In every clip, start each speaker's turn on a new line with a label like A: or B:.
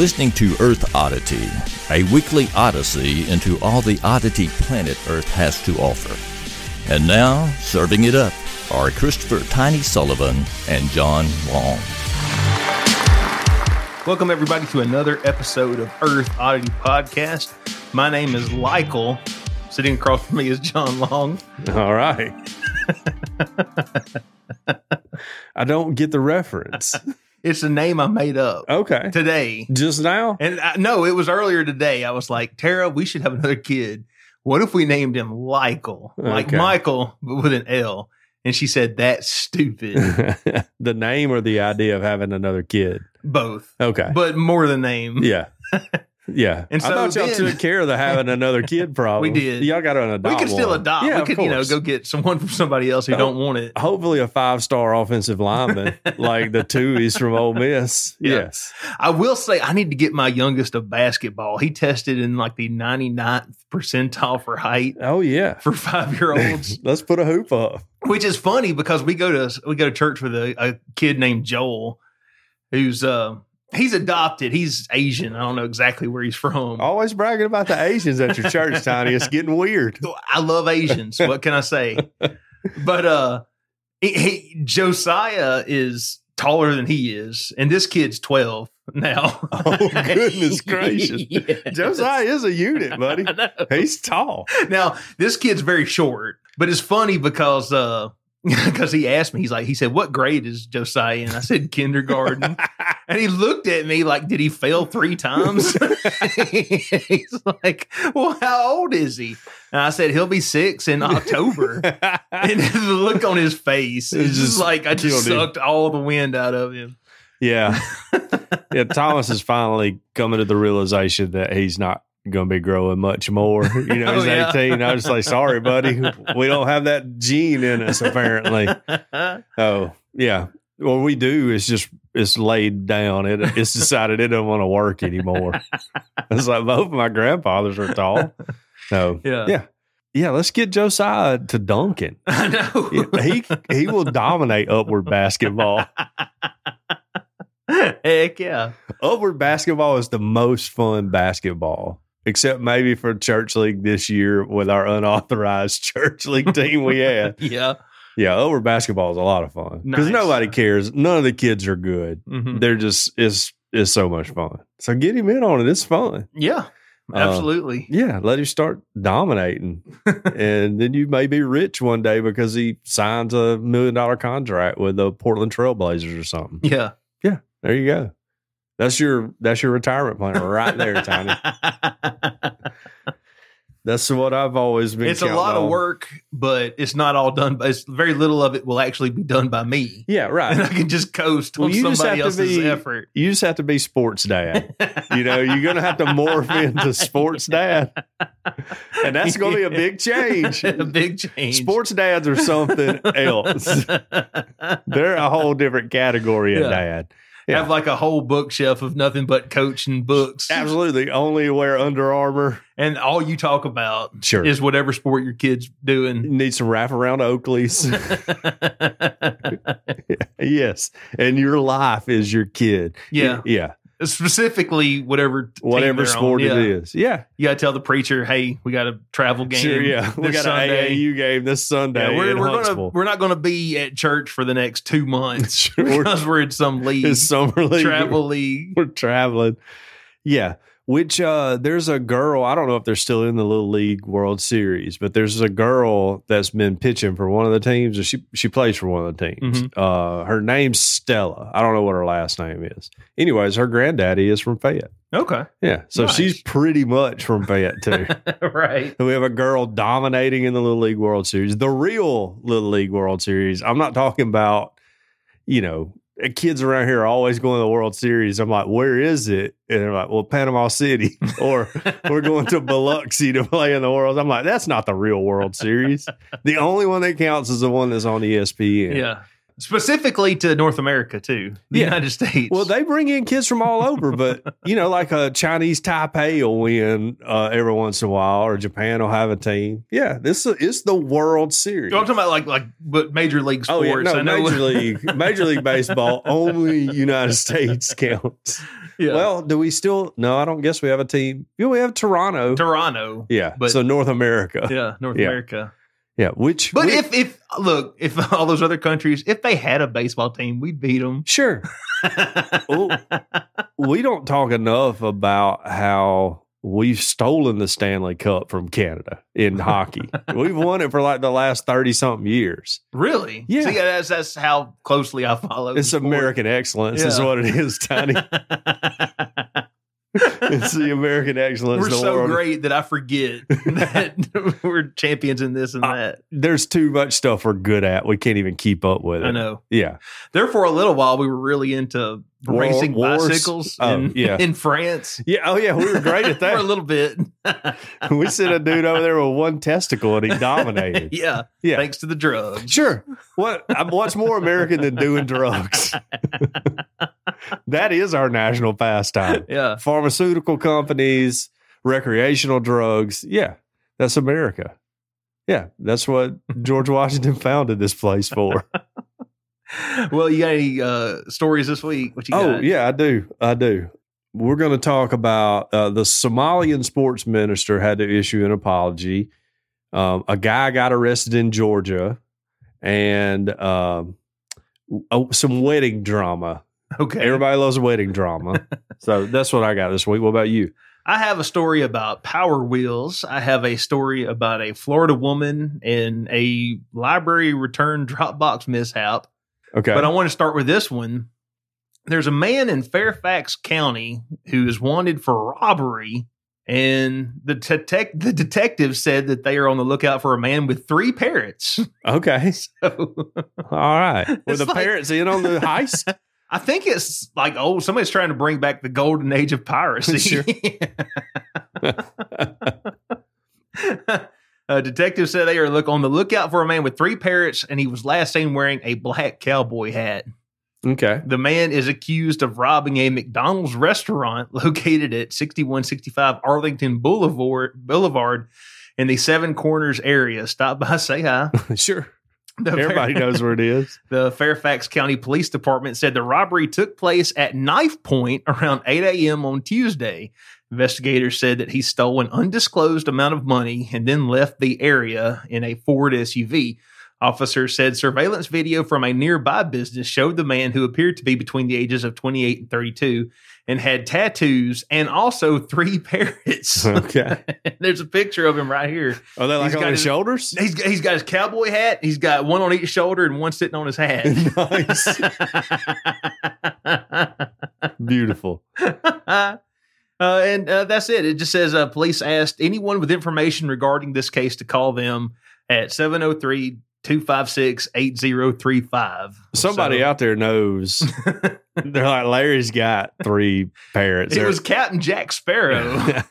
A: listening to Earth Oddity, a weekly odyssey into all the oddity planet Earth has to offer. And now, serving it up are Christopher Tiny Sullivan and John Long.
B: Welcome, everybody, to another episode of Earth Oddity Podcast. My name is Lykel. Sitting across from me is John Long.
C: All right. I don't get the reference.
B: It's a name I made up
C: Okay.
B: today.
C: Just now?
B: And I, no, it was earlier today. I was like, Tara, we should have another kid. What if we named him Lykel? Like
C: Okay.
B: Michael, but with an L. And she said, that's stupid.
C: the name or the idea of having another kid?
B: Both,
C: Okay.
B: but more the name.
C: Yeah. Yeah.
B: And so
C: I thought y'all
B: then-
C: took care of the having another kid problem.
B: We did.
C: Y'all got an
B: we
C: adopt.
B: could still
C: one.
B: adopt.
C: Yeah,
B: we
C: of
B: could, you know,
C: course.
B: go get someone from somebody else who
C: Oh.
B: don't want it.
C: Hopefully, a five star offensive lineman like the twoies from Ole Miss.
B: Yeah.
C: Yes.
B: I will say I need to get my youngest a basketball. He tested in like the 99th percentile for height
C: Oh, yeah.
B: for five year olds,
C: Let's put a hoop up.
B: which is funny because we go to we go to church with a, a kid named Joel, who's uh he's adopted. He's Asian. I don't know exactly where he's from.
C: Always bragging about the Asians at your church, Tiny. It's getting weird.
B: I love Asians. what can I say? But uh, he, he, Josiah is taller than he is, and this kid's twelve now.
C: Oh, goodness gracious.
B: Yes.
C: Josiah is a unit, buddy.
B: I know.
C: He's tall.
B: Now, this kid's very short, but it's funny because uh because he asked me, he's like, he said, What grade is Josiah in? I said kindergarten. and he looked at me like, did he fail three times? he's like, Well, how old is he? And I said, He'll be six in October. and the look on his face
C: It
B: is just
C: just
B: like I just
C: killed him.
B: sucked all the wind out of him.
C: yeah. Yeah. Thomas is finally coming to the realization that he's not going to be growing much more. You know, he's
B: Oh, yeah.
C: 18. I was like, sorry, buddy. We don't have that gene in us, apparently. Oh, yeah. What we do is just, it's laid down. It, it's decided it doesn't want to work anymore. It's like both my grandfathers are tall. No.
B: yeah.
C: Yeah. Yeah. Let's get Josiah to Duncan.
B: I know.
C: Yeah, he he will dominate upward basketball.
B: Heck yeah.
C: Upward basketball is the most fun basketball, except maybe for church league this year with our unauthorized church league team we had.
B: Yeah.
C: Yeah, upward basketball is a lot of fun because
B: Nice.
C: nobody cares. None of the kids are good.
B: Mhm.
C: They're just it's it's so much fun. So get him in on it. It's fun.
B: Yeah,
C: Uh,
B: absolutely.
C: Yeah, let him start dominating, and then you may be rich one day because he signs a million dollar contract with the Portland Trailblazers or something.
B: yeah.
C: There you go. That's your that's your retirement plan right there, Tiny. That's what I've always been.
B: it's a
C: counting
B: lot of
C: on.
B: work, but it's not all done. By, it's very little of it will actually be done by me,
C: Yeah,
B: and I
C: right.
B: can just coast
C: Well,
B: on
C: you just
B: somebody
C: have to
B: else's
C: be-
B: effort.
C: You just have to be sports dad. You know, you're gonna have to morph into sports dad, and that's gonna be a big change.
B: a big change.
C: Sports dads are something else. They're a whole different category of
B: Yeah.
C: dad.
B: Have like a whole bookshelf of nothing but coaching books,
C: Absolutely, only wear Under Armour.
B: and all you talk about
C: Sure,
B: is whatever sport your kid's doing.
C: need some wraparound Oakleys. yes, and your life is your kid.
B: yeah,
C: yeah.
B: specifically whatever t- team
C: whatever
B: they're on.
C: sport
B: Yeah.
C: it is. Yeah,
B: You gotta tell the preacher, hey, we got a travel game.
C: sure. Yeah, we
B: this
C: got an
B: Sunday.
C: AAU game this Sunday
B: Yeah,
C: in
B: we're, we're gonna
C: Huntsville.
B: we're not gonna be at church for the next two months
C: Sure.
B: because we're in some league,
C: it's summer league.
B: travel league.
C: We're traveling. Yeah. Which uh there's a girl, I don't know if they're still in the Little League World Series, but there's a girl that's been pitching for one of the teams, or she she plays for one of the teams. Uh her name's Stella. I don't know what her last name is. Anyways, her granddaddy is from Fayette.
B: Okay,
C: Yeah. So
B: Nice.
C: she's pretty much from Fayette too.
B: right.
C: And we have a girl dominating in the Little League World Series, the real Little League World Series. I'm not talking about, you know, eh, kids around here are always going to the World Series. I'm like, where is it? And they're like, well, Panama City, or we're going to Biloxi to play in the World. I'm like, that's not the real World Series. The only one that counts is the one that's on E ESPN.
B: Yeah, specifically to North America too, the
C: Yeah.
B: United States.
C: Well, they bring in kids from all over, but you know, like a Chinese Taipei will win uh, every once in a while, or Japan will have a team. Yeah, this is it's the World Series.
B: I'm talking about like like but major league sports.
C: Oh, no,
B: I know.
C: Major League, Major League Baseball, only United States counts.
B: Yeah.
C: Well, do we still? No, I don't guess we have a team. Yeah, we have Toronto.
B: Toronto.
C: yeah,
B: but-
C: so North America. Yeah,
B: Yeah, North
C: Yeah.
B: America.
C: which
B: But
C: we-
B: if if look, if all those other countries, if they had a baseball team, we'd beat them.
C: sure, Oh, we don't talk enough about how we've stolen the Stanley Cup from Canada in hockey. we've won it for like the last thirty something years.
B: really?
C: Yeah.
B: See, that's that's how closely I follow.
C: It's
B: the sport.
C: American excellence, is
B: Yeah.
C: what it is, Tiny. it's the American excellence.
B: We're
C: the
B: so
C: world-
B: great that I forget that we're champions in this and
C: I-
B: that.
C: There's too much stuff we're good at. We can't even keep up with it.
B: I know.
C: Yeah.
B: There for a little while, we were really into
C: War-
B: racing
C: wars?
B: bicycles
C: Oh,
B: in,
C: yeah.
B: in France.
C: Yeah. Oh, yeah. We were great at
B: for a
C: that.
B: little bit.
C: we sent a dude over there with one testicle and he dominated.
B: yeah,
C: Yeah.
B: thanks to the drugs.
C: Sure. What? I'm- What's more American than doing drugs? that is our national pastime.
B: Yeah,
C: Pharmaceutical companies, recreational drugs. Yeah. That's America. Yeah. That's what George Washington founded this place for.
B: well, you got any uh, stories this week? What you
C: Oh,
B: got?
C: yeah, I do. I do. We're going to talk about uh, the Somalian sports minister had to issue an apology. Um, a guy got arrested in Georgia and um, oh, some wedding drama.
B: Okay.
C: Everybody loves wedding drama. so that's what I got this week. What about you?
B: I have a story about Power Wheels. I have a story about a Florida woman and a library return Dropbox mishap.
C: Okay.
B: But I want to start with this one. There's a man in Fairfax County who is wanted for robbery, and the detec- the detective said that they are on the lookout for a man with three parrots.
C: okay.
B: So
C: All right. With
B: It's
C: the
B: like-
C: parents in on the heist?
B: I think it's like oh, somebody's trying to bring back the golden age of piracy.
C: Sure.
B: A detective said they are look on the lookout for a man with three parrots, and he was last seen wearing a black cowboy hat.
C: okay.
B: The man is accused of robbing a McDonald's restaurant located at 6165 Arlington Boulevard, Boulevard in the Seven Corners area. Stop by, say hi.
C: sure.
B: The
C: Everybody
B: Fair-
C: knows where it is.
B: The Fairfax County Police Department said the robbery took place at knife point around 8 a.m. on Tuesday. Investigators said that he stole an undisclosed amount of money and then left the area in a Ford SUV. Officers said surveillance video from a nearby business showed the man who appeared to be between the ages of 28 and 32 and had tattoos and also three parrots.
C: Okay.
B: There's a picture of him right here.
C: Are they like
B: He's
C: on
B: got
C: their
B: his-
C: shoulders?
B: He's got, he's got his cowboy hat. He's got one on each shoulder and one sitting on his hat.
C: nice. Beautiful.
B: uh, and uh, that's it. It just says uh, police asked anyone with information regarding this case to call them at 703 256 8035.
C: Somebody out there knows. They're like Larry's got three parrots.
B: It
C: They're-
B: was Captain Jack Sparrow.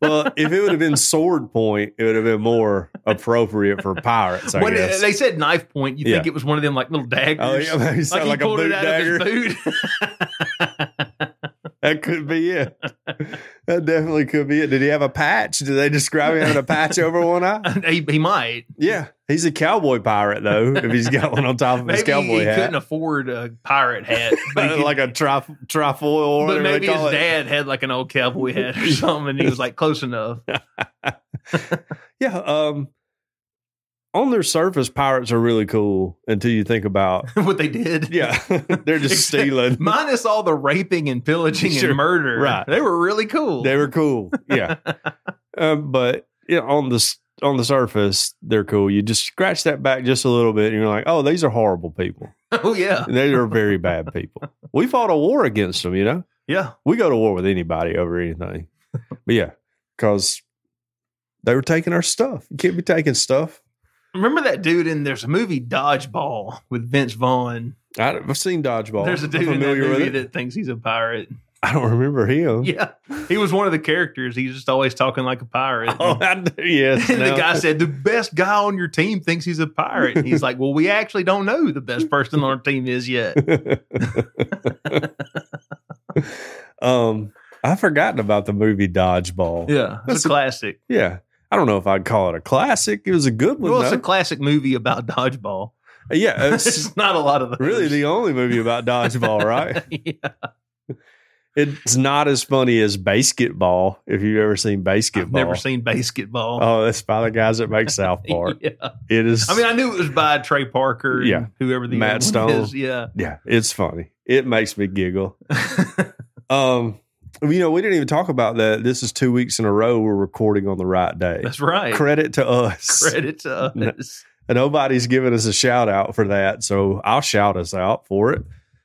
C: well, if it would have been sword point, it would have been more appropriate for pirates. I
B: when
C: guess.
B: they said knife point, you think
C: Yeah.
B: it was one of them like little daggers.
C: oh yeah, maybe
B: Like,
C: sound
B: he
C: like, a
B: pulled
C: boot
B: it out
C: dagger.
B: of his boot.
C: That could be it. that definitely could be it. Did he have a patch? Did they describe him having a patch over one eye?
B: he, he might.
C: Yeah, he's a cowboy pirate though. If he's got one on top of his
B: Maybe
C: cowboy
B: he
C: hat,
B: couldn't afford a pirate hat. But, he could-
C: like a tri- trifoil or
B: but
C: whatever they
B: maybe his
C: call it.
B: dad had like an old cowboy hat or something, and he was like close enough.
C: Yeah. Um, on their surface, pirates are really cool until you think about.
B: what they did.
C: Yeah, they're just
B: Except-
C: stealing.
B: Minus all the raping and pillaging
C: Sure.
B: and murder.
C: Right.
B: They were really cool.
C: They were cool. Yeah. um, but yeah, on the s- on the surface, they're cool. You just scratch that back just a little bit, and you're like, oh, these are horrible people.
B: oh, yeah.
C: They are very bad people. We fought a war against them. You know,
B: Yeah.
C: we go to war with anybody over anything. But yeah, because they were taking our stuff. You can't be taking stuff.
B: Remember that dude in there's a movie Dodgeball with Vince Vaughn.
C: I, I've seen dodgeball.
B: There's a
C: I'm
B: dude in that
C: familiar with
B: movie
C: it.
B: that thinks he's a pirate.
C: I don't remember him.
B: Yeah. He was one of the characters. He's just always talking like a pirate.
C: Oh, I do. Yes.
B: and the
C: now.
B: guy said, The best guy on your team thinks he's a pirate. And he's like, Well, we actually don't know who the best person on our team is yet.
C: um, I forgotten about the movie Dodgeball.
B: Yeah. It's
C: That's
B: a classic.
C: Yeah. I don't know if I'd call it a classic. It was a good one.
B: Well, it's
C: though. Uh,
B: a classic movie about Dodgeball.
C: yeah. It's
B: It's not a lot of those.
C: really the only movie about Dodgeball, right?
B: yeah.
C: It's not as funny as basketball. If you've ever seen basketball,
B: I've never seen basketball.
C: Oh, that's by the guys that make South Park.
B: yeah.
C: It is.
B: I mean, I knew it was by Trey Parker. and
C: Yeah.
B: whoever the
C: Matt
B: other one
C: Stone.
B: is. Yeah,
C: yeah, it's funny. It makes me giggle. Um, you know, we didn't even talk about that. This is two weeks in a row we're recording on the right day.
B: that's right.
C: Credit to us.
B: Credit to
C: No.
B: us.
C: Nobody's giving us a shout out for that, so I'll shout us out for it.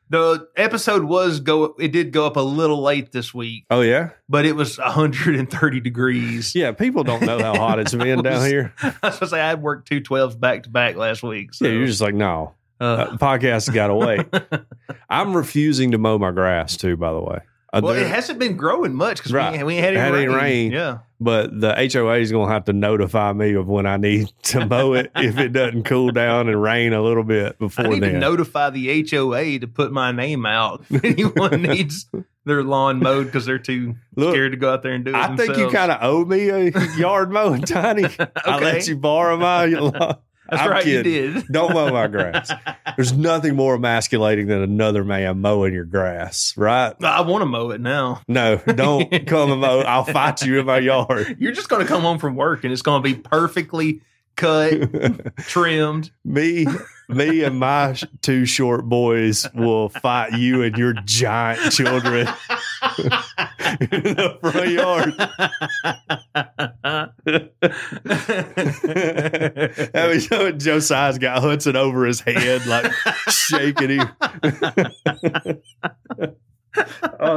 B: The episode was go. It did go up a little late this week,
C: Oh yeah,
B: but it was 130 degrees.
C: yeah. People don't know how hot it's been down here.
B: I was gonna say I had worked two 12s back to back last week. So,
C: Yeah, you're just like, no,
B: uh,
C: uh, podcast got away. I'm refusing to mow my grass too. By the way, Uh,
B: well, it
C: there-
B: hasn't been growing much because
C: Right.
B: we, we ain't had any,
C: Had any
B: rain.
C: rain.
B: Yeah,
C: but the HOA is going to have to notify me of when I need to mow it if it doesn't cool down and rain a little bit before
B: I need
C: then.
B: to notify the HOA to put my name out if anyone needs their lawn mowed because they're too
C: Look,
B: scared to go out there and do it.
C: I think you
B: themselves.
C: kind of owe me a yard mowing, Tiny. I let
B: Okay.
C: you borrow my. lawn.
B: That's
C: I'm
B: right.
C: kidding.
B: You did.
C: Don't mow my grass. There's nothing more emasculating than another man mowing your grass, right?
B: I want to mow it now.
C: No, don't come and mow. I'll fight you in my yard.
B: You're just going to come home from work and it's going to be perfectly cut, trimmed.
C: me, me, and my sh- two short boys will fight you and your giant children in the front yard.
B: Uh,
C: That was when Josiah's got Hudson over his head, like shaking him. oh,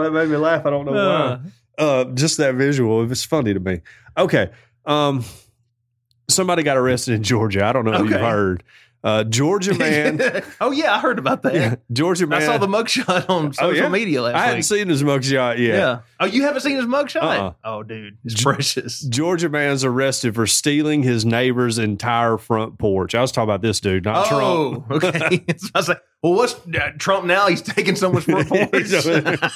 C: that made me laugh. I don't know why.
B: Uh,
C: Uh, just that visual. It was funny to me. Okay. Um, somebody got arrested in Georgia. I don't know if you've
B: Okay.
C: heard. Uh, Georgia man.
B: oh yeah, I heard about that.
C: Yeah, Georgia man. Oh,
B: I saw the mugshot on social
C: yeah?
B: media last
C: I hadn't
B: week.
C: seen his mugshot
B: yeah.
C: yet.
B: Oh, you haven't seen his mugshot?
C: Uh-uh.
B: Oh, dude, it's precious.
C: Georgia man's arrested for stealing his neighbor's entire front porch. I was talking about this dude, not Trump.
B: oh, okay. So I was like, well, what's uh, Trump now? He's taking so much more points.
C: He's over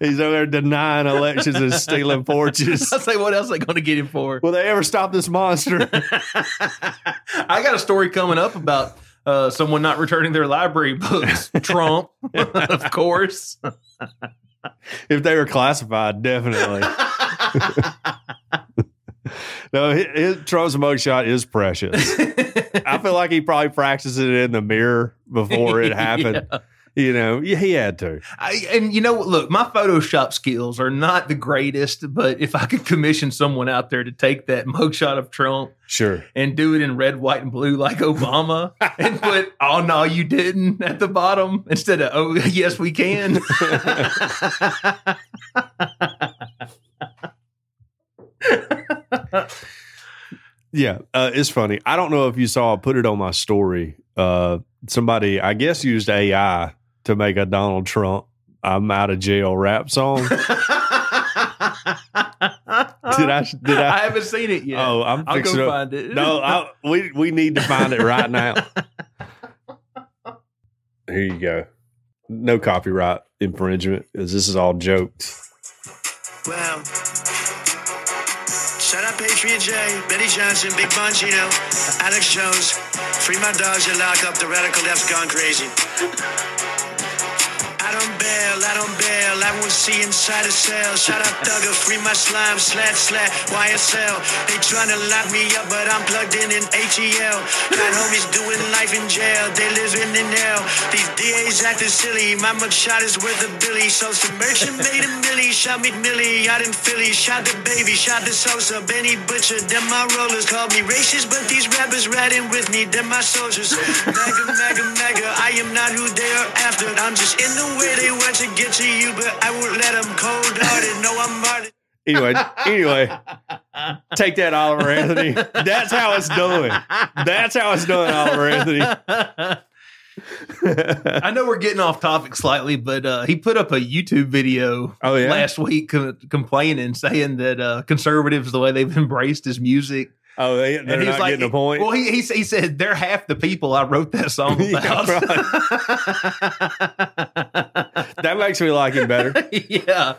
C: He's over there denying elections and stealing porches.
B: I'll say, what else they going to get him for?
C: Will they ever stop this monster?
B: I got a story coming up about uh, someone not returning their library books. Trump, of course.
C: if they were classified, definitely. No, his, his Trump's mugshot is precious. I feel like he probably practiced it in the mirror before it happened. You know, yeah, he had to.
B: I, and you know, look, my Photoshop skills are not the greatest, but if I could commission someone out there to take that mugshot of Trump
C: Sure.
B: and do it in red, white, and blue like Obama and put, oh, no, you didn't at the bottom instead of, oh, yes, we can.
C: Yeah, uh, it's funny. I don't know if you saw. I put it on my story. Uh, somebody, I guess, used AI to make a Donald Trump "I'm out of jail" rap
B: did
C: song.
B: I?
C: did I-
B: haven't seen it yet.
C: Oh, I'm
B: I'll go
C: fixing up.
B: find it.
C: No, I, we we need to find it right now. Here you go. No copyright infringement, because this is all jokes.
D: Wow. Shout out Patriot J, Benny Johnson, Big Bongino, Alex Jones. Free my dogs and lock up the radical left gone crazy. I don't bail, I don't bail, I won't see inside a cell. Shout out Thugger, free my slime, slat, slat, YSL. They tryna lock me up, but I'm plugged in in ATL. Got homies doing life in jail, they living in hell. These DAs acting silly, my mugshot is worth a billy. So submersion made a millie, shot me Millie out in Philly. Shot the baby, shot the Sosa, Benny Butcher. Them my rollers called me racist, but these rappers riding with me, them my soldiers. Mega, mega, mega, I am not who they are after. I'm just in the way they want to get to you, but I won't let them cold hearted. No, I'm hearted.
C: Anyway, anyway, take that, Oliver Anthony. That's how it's done. That's how it's done, Oliver Anthony.
B: I know we're getting off topic slightly, but uh, he put up a YouTube video
C: Oh, yeah?
B: last week com- complaining, saying that uh, conservatives, the way they've embraced his music.
C: Oh, they, they're
B: and he's
C: not
B: like,
C: getting a point.
B: Well, he, he, s- he said, they're half the people I wrote that song
C: Yeah,
B: about.
C: that makes me like it better.
B: yeah.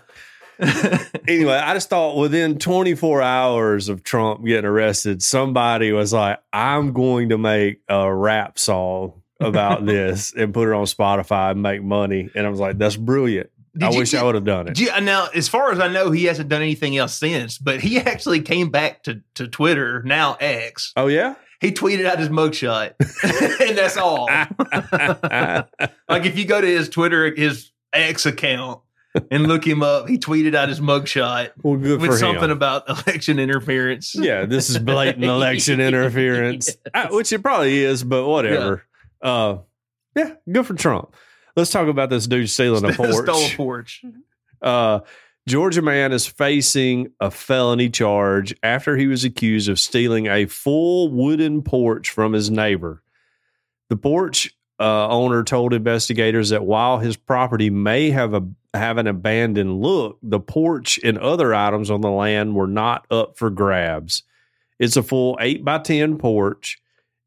C: anyway, I just thought within 24 hours of Trump getting arrested, somebody was like, I'm going to make a rap song about this and put it on Spotify and make money. And I was like, that's brilliant. I
B: Did you
C: wish
B: get-
C: I would have done it.
B: Do you- uh, Now, as far as I know, he hasn't done anything else since, but he actually came back to, to Twitter, now X.
C: oh yeah.
B: He tweeted out his mugshot, and that's all. like, if you go to his Twitter, his X account, and look him up, he tweeted out his mugshot
C: well, good for
B: with something
C: him.
B: about election interference.
C: yeah, this is blatant election interference, I- which it probably is, but whatever. Yeah. Uh, yeah, good for Trump. Let's talk about this dude stealing a porch.
B: Stole a porch.
C: Uh, Georgia man is facing a felony charge after he was accused of stealing a full wooden porch from his neighbor. The porch uh, owner told investigators that while his property may have a have an abandoned look, the porch and other items on the land were not up for grabs. It's a full eight by ten porch.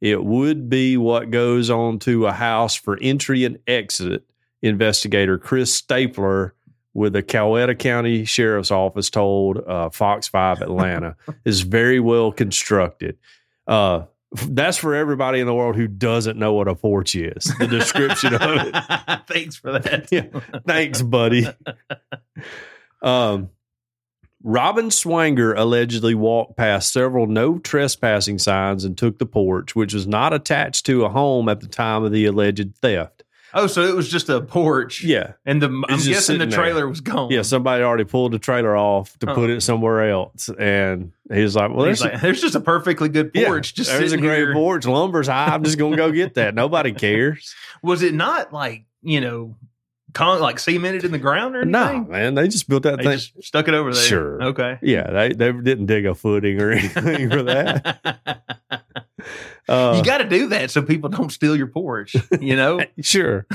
C: It would be what goes on to a house for entry and exit. Investigator Chris Stapler with the Coweta County Sheriff's Office told uh, Fox 5 Atlanta is very well constructed. Uh, f- that's for everybody in the world who doesn't know what a porch is. The description of it.
B: Thanks for that.
C: Yeah. Thanks, buddy. Um, Robin Swanger allegedly walked past several no trespassing signs and took the porch, which was not attached to a home at the time of the alleged theft.
B: Oh, so it was just a porch.
C: Yeah.
B: And the, I'm
C: just
B: guessing the
C: sitting there.
B: trailer was gone.
C: Yeah, somebody already pulled the trailer off to
B: Huh.
C: put it somewhere else, and he was like, "Well,
B: oh. He's
C: there's,
B: like, there's just a perfectly good
C: yeah,
B: porch. just
C: there's a
B: sitting
C: great
B: here.
C: porch, lumber's high. I'm just gonna go get that. Nobody cares.
B: Was it not like you know, con- like cemented in the ground or anything?
C: nah, man, they just built that
B: they
C: thing.
B: just stuck it over there.
C: Sure.
B: Okay.
C: yeah, they they didn't dig a footing or anything for that. Uh,
B: you got to do that so people don't steal your porch. You know,
C: sure,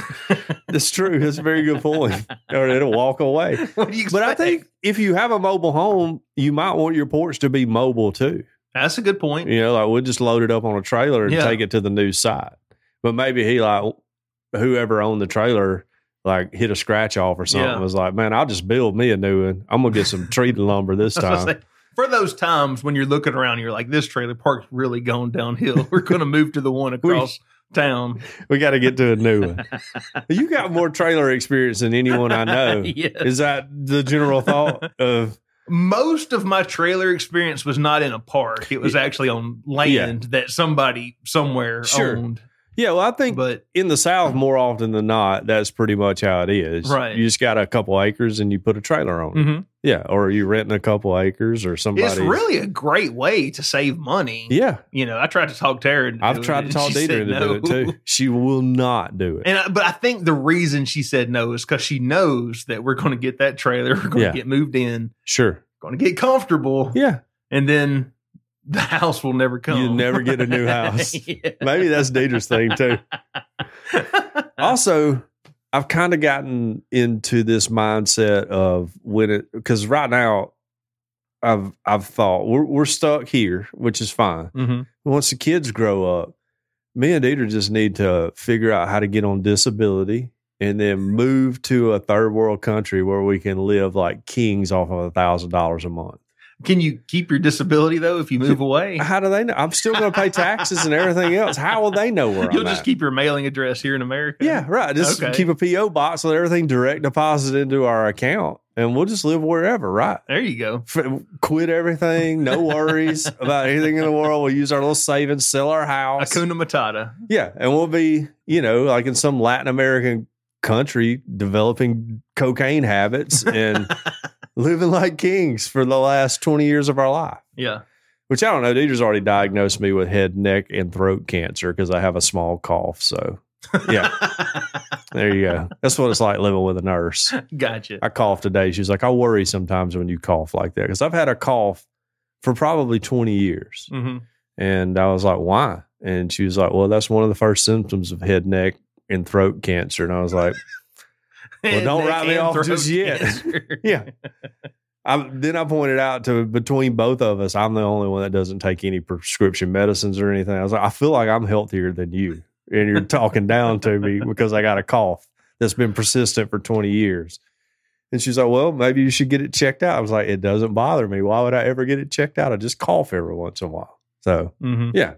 C: that's true. That's a very good point. Or it'll walk away.
B: what do you
C: But I
B: expect?
C: think if you have a mobile home, you might want your porch to be mobile too.
B: that's a good point.
C: You know, like we'll just load it up on a trailer and
B: Yeah.
C: take it to the new site. But maybe he like whoever owned the trailer like hit a scratch off or something.
B: Yeah.
C: Was like, man, I'll just build me a new one. I'm gonna get some treated lumber this
B: That's what I
C: time.
B: say. For those times when you're looking around, you're like, this trailer park's really gone downhill. We're going to move to the one across town.
C: We got to get to a new one. you got more trailer experience than anyone I know.
B: yeah.
C: Is that the general thought of
B: Most of my trailer experience was not in a park. It was actually on land that somebody somewhere
C: Sure.
B: owned.
C: yeah? Well, I think
B: But
C: in the South, more often than not, that's pretty much how it is.
B: Right.
C: You just got a couple acres and you put a trailer on. it.
B: mhm.
C: Yeah, or you renting a couple acres or somebody.
B: It's really a great way to save money.
C: yeah.
B: You know, I tried to talk to her. into
C: I've
B: doing
C: tried
B: it, and
C: to talk
B: she
C: Dieter
B: said
C: into
B: no.
C: do it too. She will not do it.
B: And I, but I think the reason she said no is because she knows that we're going to get that trailer, we're going to
C: Yeah.
B: get moved in,
C: Sure.
B: going to get comfortable,
C: Yeah.
B: and then the house will never come.
C: You'll never get a new house.
B: Yeah.
C: Maybe that's Dieter's thing too. Also, I've kind of gotten into this mindset of when it because right now I've I've thought we're we're stuck here, which is fine.
B: Mhm.
C: Once the kids grow up, me and Dieter just need to figure out how to get on disability and then move to a third world country where we can live like kings off of a thousand dollars a month.
B: Can you keep your disability though if you move away?
C: How do they know? I'm still going to pay taxes and everything else. How will they know where
B: You'll
C: I'm
B: just
C: at?
B: keep your mailing address here in America.
C: yeah, right. Just
B: Okay.
C: keep a PO box with everything direct deposited into our account, and we'll just live wherever. Right.
B: There you go.
C: F- quit everything. No worries about anything in the world. We'll use our little savings, sell our house.
B: Akuna Matata.
C: Yeah, and we'll be you know like in some Latin American country developing cocaine habits and living like kings for the last twenty years of our life
B: Yeah.
C: which I don't know. Dieter's already diagnosed me with head, neck, and throat cancer because I have a small cough. So Yeah. there you go. That's what it's like living with a nurse.
B: gotcha.
C: I cough today. She's like, I worry sometimes when you cough like that because I've had a cough for probably 20 years.
B: hmm
C: And I was like, why? And she was like, well, that's one of the first symptoms of head, neck, and throat cancer. And I was like, Well, don't
B: Neck
C: write me
B: and
C: off
B: throat
C: just yet.
B: cancer.
C: yeah. I, then I pointed out to between both of us, I'm the only one that doesn't take any prescription medicines or anything. I was like, I feel like I'm healthier than you, and you're talking down to me because I got a cough that's been persistent for 20 years. And she's like, Well, maybe you should get it checked out. I was like, It doesn't bother me. Why would I ever get it checked out? I just cough every once in a while. So,
B: Mhm.
C: yeah.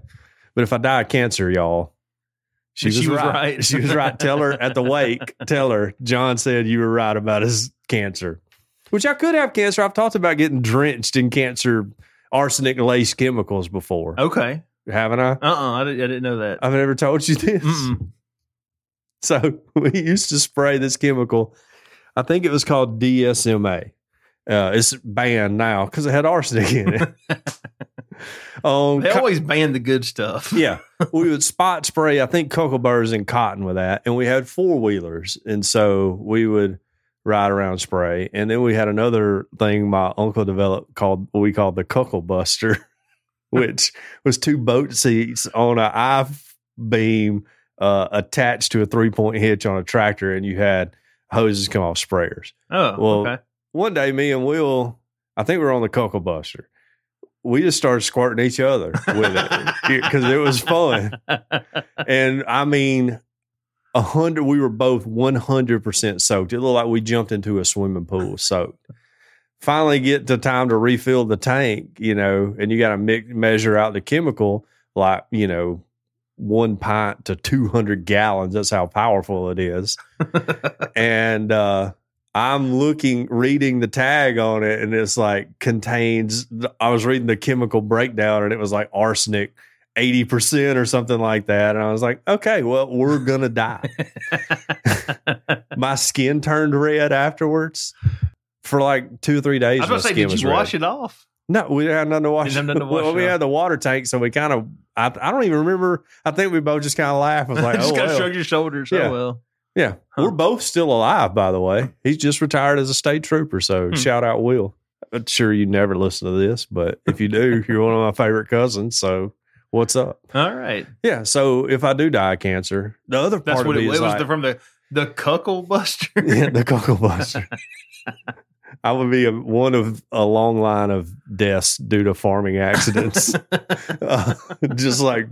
C: But if I die of cancer, y'all, She was,
B: She was
C: right.
B: right.
C: She was right. Tell her at the wake, tell her, John said you were right about his cancer, which I could have cancer. I've talked about getting drenched in cancer arsenic laced chemicals before,
B: Okay.
C: haven't I?
B: Uh uh I, didn't, I didn't know that.
C: I've never told you this.
B: Mm-mm.
C: So we used to spray this chemical. I think it was called DSMA. Uh, it's banned now because it had arsenic in it. um,
B: They
C: co-
B: always ban the good stuff.
C: yeah, we would spot spray. I think cocoa burrs and cotton with that, and we had four wheelers, and so we would ride around spray. And then we had another thing my uncle developed called what we called the cuckle buster, which was two boat seats on a I beam uh, attached to a three point hitch on a tractor, and you had hoses come off sprayers
B: Oh,
C: Well,
B: okay.
C: one day me and Will, I think we were on the Cocoa Buster. We just started squirting each other with it because it was fun. And I mean, a hundred. We were both one hundred percent soaked. It looked like we jumped into a swimming pool soaked. Finally, get to time to refill the tank, you know, and you got to mi- measure out the chemical, like you know, one pint to two hundred gallons. That's how powerful it is. and uh, I'm looking, reading the tag on it, and it's like contains. I was reading the chemical breakdown, and it was like arsenic, eighty percent or something like that. And I was like, okay, well, we're gonna die. My skin turned red afterwards for like two or three days.
B: I was
C: my
B: about to say,
C: skin
B: did
C: was
B: you
C: red.
B: wash it off?
C: No, we had nothing to wash.
B: Didn't have nothing to wash
C: well, we
B: it off.
C: had the water tank, so we kind of. I, I don't even remember. I think we both just kind of laughed. I was like,
B: just
C: oh,
B: gotta
C: well.
B: shrug your shoulders.
C: Yeah.
B: Oh well.
C: Yeah.
B: Huh.
C: We're both still alive, by the way. He's just retired as a state trooper. So
B: Hmm.
C: shout out Will. I'm sure you never listen to this, but if you do, you're one of my favorite cousins. So what's up?
B: All right.
C: Yeah. So if I do die of cancer, the other part
B: That's
C: of
B: what
C: me
B: it,
C: is
B: it was
C: like-
B: the, from the the cuckle buster.
C: yeah, the cockle buster. I would be a, one of a long line of deaths due to farming accidents, uh, just like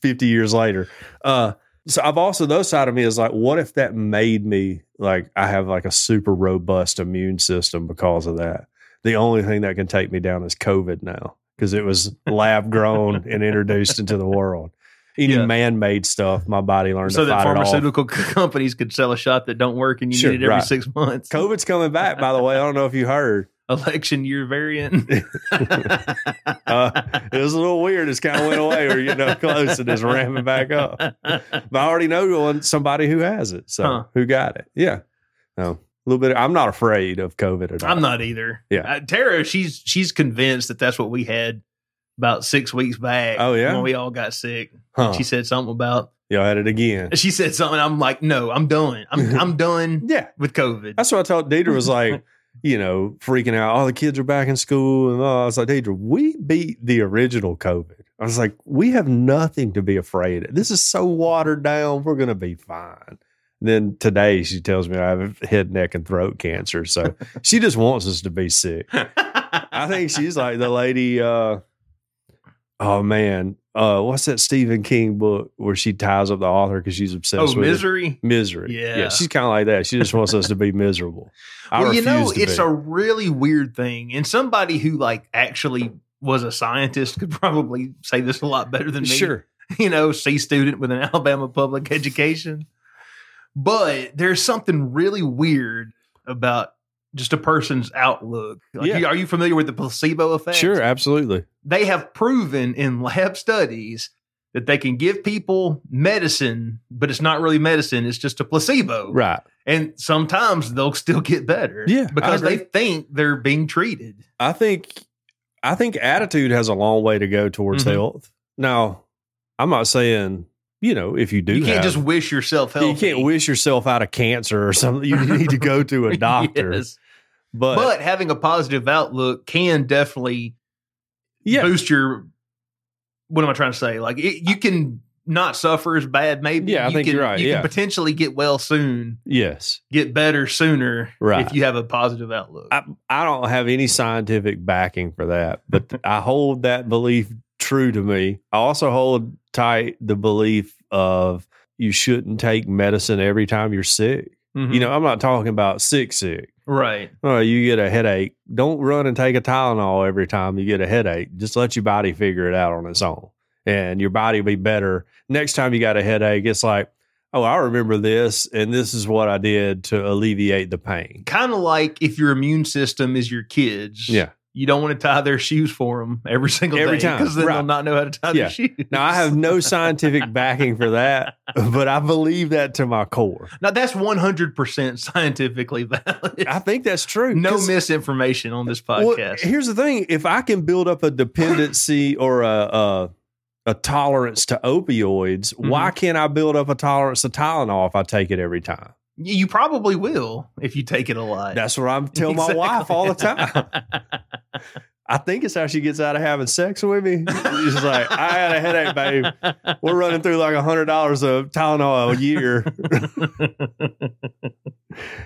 C: 50 years later. Uh, so I've also, the other side of me is like, what if that made me like, I have like a super robust immune system because of that? The only thing that can take me down is COVID now because it was lab grown and introduced into the world. Any
B: Yeah.
C: man made stuff, my body learned
B: so
C: to
B: that
C: fight it off.
B: pharmaceutical c- companies could sell a shot that don't work and you
C: Sure,
B: need it every
C: right.
B: six months.
C: COVID's coming back, by the way. I don't know if you heard.
B: Election year variant.
C: uh, it was a little weird. It's kind of went away, or you know, close and it's ramping back up. But I already know one somebody who has it, so
B: Huh.
C: who got it? Yeah, no, a little bit. I'm not afraid of COVID at all.
B: I'm not either.
C: Yeah.
B: Uh, Tara, she's she's convinced that that's what we had about six weeks back.
C: Oh, yeah?
B: when we all got sick.
C: Huh.
B: She said something about.
C: Y'all had it again.
B: She said something. I'm like, no, I'm done. I'm I'm done
C: Yeah,
B: with COVID.
C: that's what I told Deidre. Was like, you know, freaking out. All the kids are back in school, and all. I was like, Deidre, we beat the original COVID. I was like, we have nothing to be afraid of. This is so watered down. We're gonna be fine. Then today she tells me I have head, neck, and throat cancer. So she just wants us to be sick. I think she's like the lady. Uh, oh man, uh, what's that Stephen King book where she ties up the author because she's obsessed
B: oh,
C: with her-
B: misery.
C: misery?
B: Yeah.
C: she's kind of like that. She just wants us to be miserable. I
B: well, you know,
C: refuse to
B: it's
C: be.
B: a really weird thing, and somebody who like actually was a scientist could probably say this a lot better than me.
C: sure.
B: you know, C student with an Alabama public education. But there's something really weird about just a person's outlook. Like,
C: Yeah.
B: Are you familiar with the placebo effect?
C: Sure, absolutely.
B: They have proven in lab studies that they can give people medicine, but it's not really medicine, it's just a placebo.
C: Right.
B: And sometimes they'll still get better.
C: Yeah, I
B: Because they
C: agree.
B: think they're being treated.
C: I think I think attitude has a long way to go towards
B: Mhm.
C: health. Now, I'm not saying, you know, if you do
B: you can't
C: have-
B: just wish yourself healthy.
C: you can't wish yourself out of cancer or something. You need to go to a doctor.
B: Yes.
C: But,
B: but having a positive outlook can definitely
C: yeah,
B: boost your what am i trying to say like it, you can not suffer as bad maybe
C: Yeah, I
B: you
C: think
B: can,
C: you're right,
B: you
C: yeah.
B: can potentially get well soon
C: yes.
B: get better sooner
C: Right.
B: if you have a positive outlook
C: I, I don't have any scientific backing for that, but I hold that belief true to me. I also hold tight the belief of you shouldn't take medicine every time you're sick.
B: Mhm.
C: You know, I'm not talking about sick, sick.
B: right
C: Oh, you get a headache. Don't run and take a Tylenol every time you get a headache. Just let your body figure it out on its own. and your body will be better. Next time you got a headache, it's like, oh, I remember this, and this is what I did to alleviate the pain.
B: Kind of like if your immune system is your kids.
C: Yeah.
B: You don't want to tie their shoes for them every single
C: Every
B: day
C: time,
B: because then
C: right.
B: they'll not know how to tie
C: Yeah.
B: their shoes.
C: Now, I have no scientific backing for that, but I believe that to my core.
B: Now that's one hundred percent scientifically valid.
C: I think that's true.
B: no
C: 'Cause-
B: misinformation on this
C: Well,
B: podcast.
C: here's the thing: if I can build up a dependency or a a, a tolerance to opioids,
B: Mm-hmm.
C: why can't I build up a tolerance to Tylenol if I take it every time?
B: Y- you probably will if you take it a lot.
C: That's what I'm telling
B: Exactly.
C: my wife all the time. I think it's how she gets out of having sex with me. She's like, I had a headache, babe. We're running through like hundred dollars of Tylenol a year.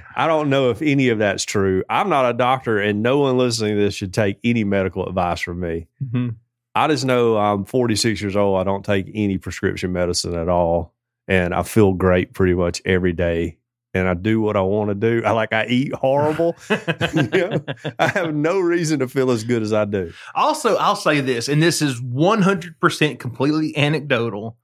C: I don't know if any of that's true. I'm not a doctor, and no one listening to this should take any medical advice from me.
B: Mhm.
C: I just know I'm 46 years old. I don't take any prescription medicine at all. And I feel great pretty much every day. And I do what I want to do. I like, I eat horrible.
B: Mm-hmm.
C: You know, I have no reason to feel as good as I do.
B: Also, I'll say this, and this is one hundred percent completely anecdotal.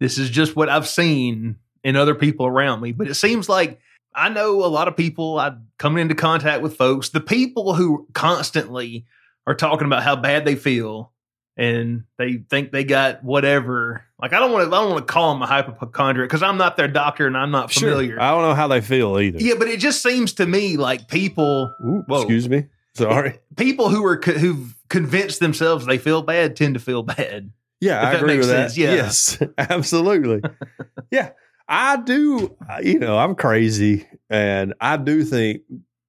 B: This is just what I've seen in other people around me, but it seems like I know a lot of people. I coming into contact with folks. The people who constantly are talking about how bad they feel and they think they got whatever. Like I don't want to. I don't want to call them a hypochondriac because I'm not their doctor and I'm not familiar.
C: I don't know how they feel either.
B: Yeah, but it just seems to me like people
C: Ooh,
B: Whoa.
C: excuse me. Sorry.
B: people who are co- who've convinced themselves they feel bad tend to feel bad.
C: Yeah,
B: If
C: I
B: that
C: agree
B: makes
C: with that.
B: sense, yeah.
C: Yes, absolutely. yeah, I do. You know, I'm crazy, and I do think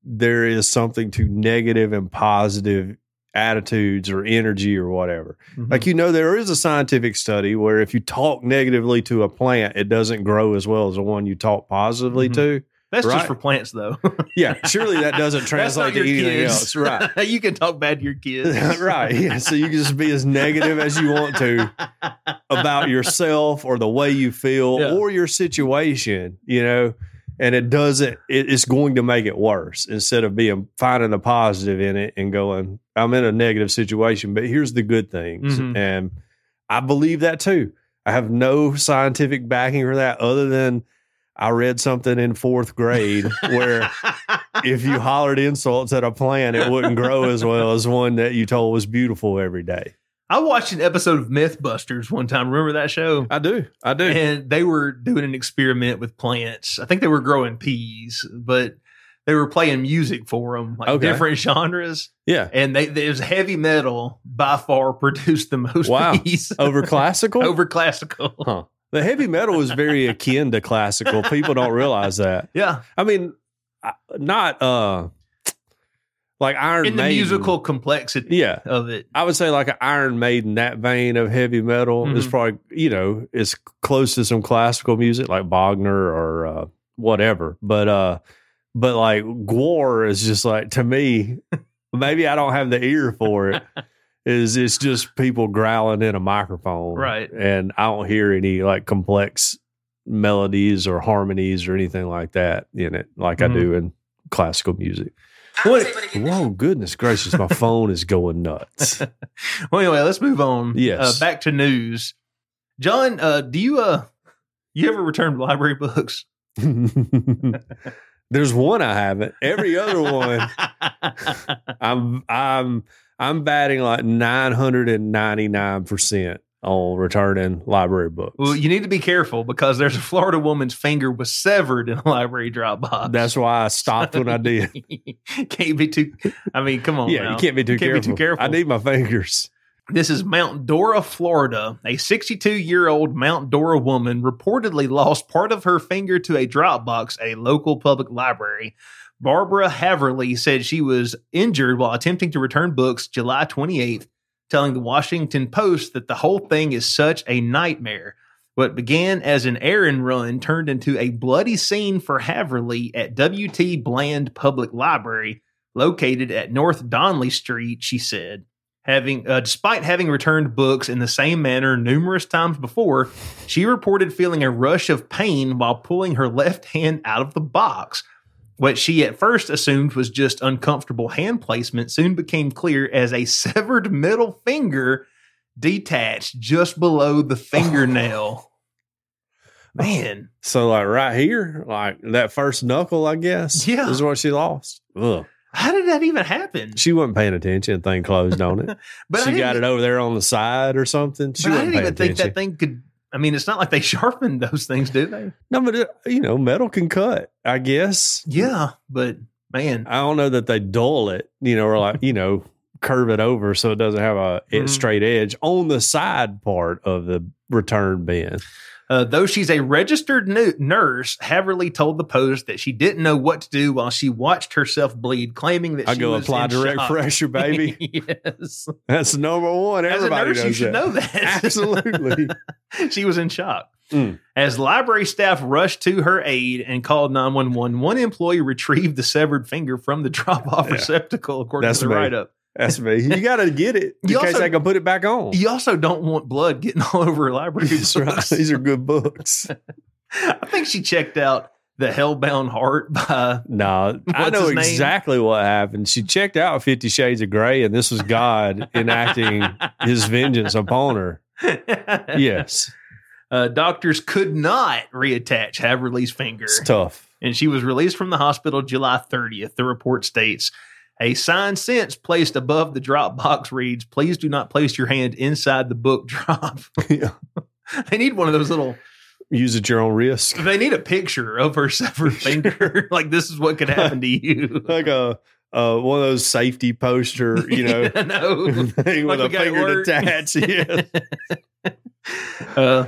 C: there is something to negative and positive attitudes or energy or whatever.
B: Mm-hmm.
C: Like you know, there is a scientific study where if you talk negatively to a plant, it doesn't grow as well as the one you talk positively
B: Mhm.
C: to.
B: that's
C: right.
B: just for plants though.
C: Yeah, surely that doesn't
B: That's not
C: translate to
B: your
C: anything
B: kids.
C: else, right?
B: you can talk bad to your kids.
C: right. Yeah. So you can just be as negative as you want to about yourself or the way you feel
B: Yeah.
C: or your situation, you know, and it doesn't, it, it's going to make it worse instead of being finding the positive in it and going, I'm in a negative situation, but here's the good things.
B: Mhm.
C: And I believe that too. I have no scientific backing for that other than I read something in fourth grade where if you hollered insults at a plant, it wouldn't grow as well as one that you told was beautiful every day.
B: I watched an episode of MythBusters one time. Remember that show?
C: I do. I do.
B: And they were doing an experiment with plants. I think they were growing peas, but they were playing music for them, like
C: Okay.
B: different genres.
C: yeah.
B: And they, there's heavy metal by far produced the most
C: Wow. Oh.
B: peas
C: Over classical?
B: over classical.
C: Huh. The heavy metal is very akin to classical. People don't realize that.
B: Yeah,
C: I mean, I- not uh like Iron
B: in the
C: Maiden.
B: musical complexity
C: Yeah.
B: of it.
C: I would say like an Iron Maiden, that vein of heavy metal is
B: Mhm.
C: probably, you know, is close to some classical music like Wagner or uh, whatever. But uh but like Gwar is just like to me, maybe I don't have the ear for it. Is it's just people growling in a microphone.
B: Right.
C: And I don't hear any like complex melodies or harmonies or anything like that in it, like
B: Mhm.
C: I do in classical music.
B: What-
C: Whoa, goodness gracious, my phone is going nuts.
B: Well, anyway, let's move on.
C: Yes.
B: Uh, back to news. John, uh, do you uh, you ever return library books?
C: There's one I haven't. Every other one, I'm I'm I'm batting like 999 percent on returning library books.
B: well, you need to be careful because there's a Florida woman's finger was severed in a library drop box.
C: That's why I stopped when I did.
B: can't be too. I mean, come on.
C: yeah,
B: now.
C: you can't be too
B: Oh, can't be
C: careful.
B: too careful.
C: I need my fingers.
B: This is Mount Dora, Florida. A 62 year old Mount Dora woman reportedly lost part of her finger to a drop box at a local public library. Barbara Haverly said she was injured while attempting to return books July 28th, telling the Washington Post that the whole thing is such a nightmare. What began as an errand run turned into a bloody scene for Haverly at W.T. Bland Public Library, located at North Donley Street, she said having uh, despite having returned books in the same manner numerous times before she reported feeling a rush of pain while pulling her left hand out of the box what she at first assumed was just uncomfortable hand placement soon became clear as a severed middle finger detached just below
C: Oh.
B: the fingernail. Man,
C: So like right here, like that first knuckle, I guess.
B: Yeah.
C: Is what she lost. Ugh.
B: how did that even happen?
C: She wasn't paying attention. Thing closed on it.
B: I
C: she
B: didn't- e-
C: got it over there on the side or something. She
B: but I
C: wasn't
B: didn't
C: paying
B: even think
C: attention.
B: that thing could. I mean, it's not like they sharpened those things, do they?
C: no, but it, you know, metal can cut. I guess.
B: Yeah, but man,
C: I don't know that they dull it. You know, or like you know, curve it over so it doesn't have a
B: Mhm.
C: straight edge on the side part of the return bin.
B: Uh, though she's a registered nu- nurse, Haverly told the Post that she didn't know what to do while she watched herself bleed, claiming that
C: I
B: she
C: go
B: was
C: apply
B: in
C: direct
B: shock.
C: pressure, baby.
B: yes.
C: That's number one. Everybody
B: As a nurse,
C: knows
B: you should
C: that.
B: know that.
C: Absolutely.
B: she was in shock.
C: Mm.
B: As library staff rushed to her aid and called 911, one employee retrieved the severed finger from the drop off
C: Yeah.
B: receptacle, according
C: That's
B: to the
C: me.
B: write up.
C: That's me. You got to get it in
B: You
C: case
B: also-
C: I can put it back on.
B: You also don't want blood getting all over her library.
C: That's right.
B: books.
C: These are good books.
B: I think she checked out The Hellbound Heart by
C: No, I
B: What's
C: know
B: his name?
C: exactly what happened. She checked out Fifty Shades of Grey, and this was God enacting his vengeance upon her. Yes,
B: Uh, doctors could not reattach Haverly's finger,
C: it's tough.
B: and she was released from the hospital July 30th. The report states a sign since placed above the drop box reads, Please do not place your hand inside the book drop.
C: Yeah.
B: they need one of those little,
C: Use at your own risk.
B: they need a picture of her severed finger. like, this is what could happen to you.
C: Like a uh, one of those safety poster, you know,
B: I know.
C: thing
B: Like
C: with
B: we
C: a
B: got it
C: finger
B: worked.
C: detached. Yes.
B: Uh,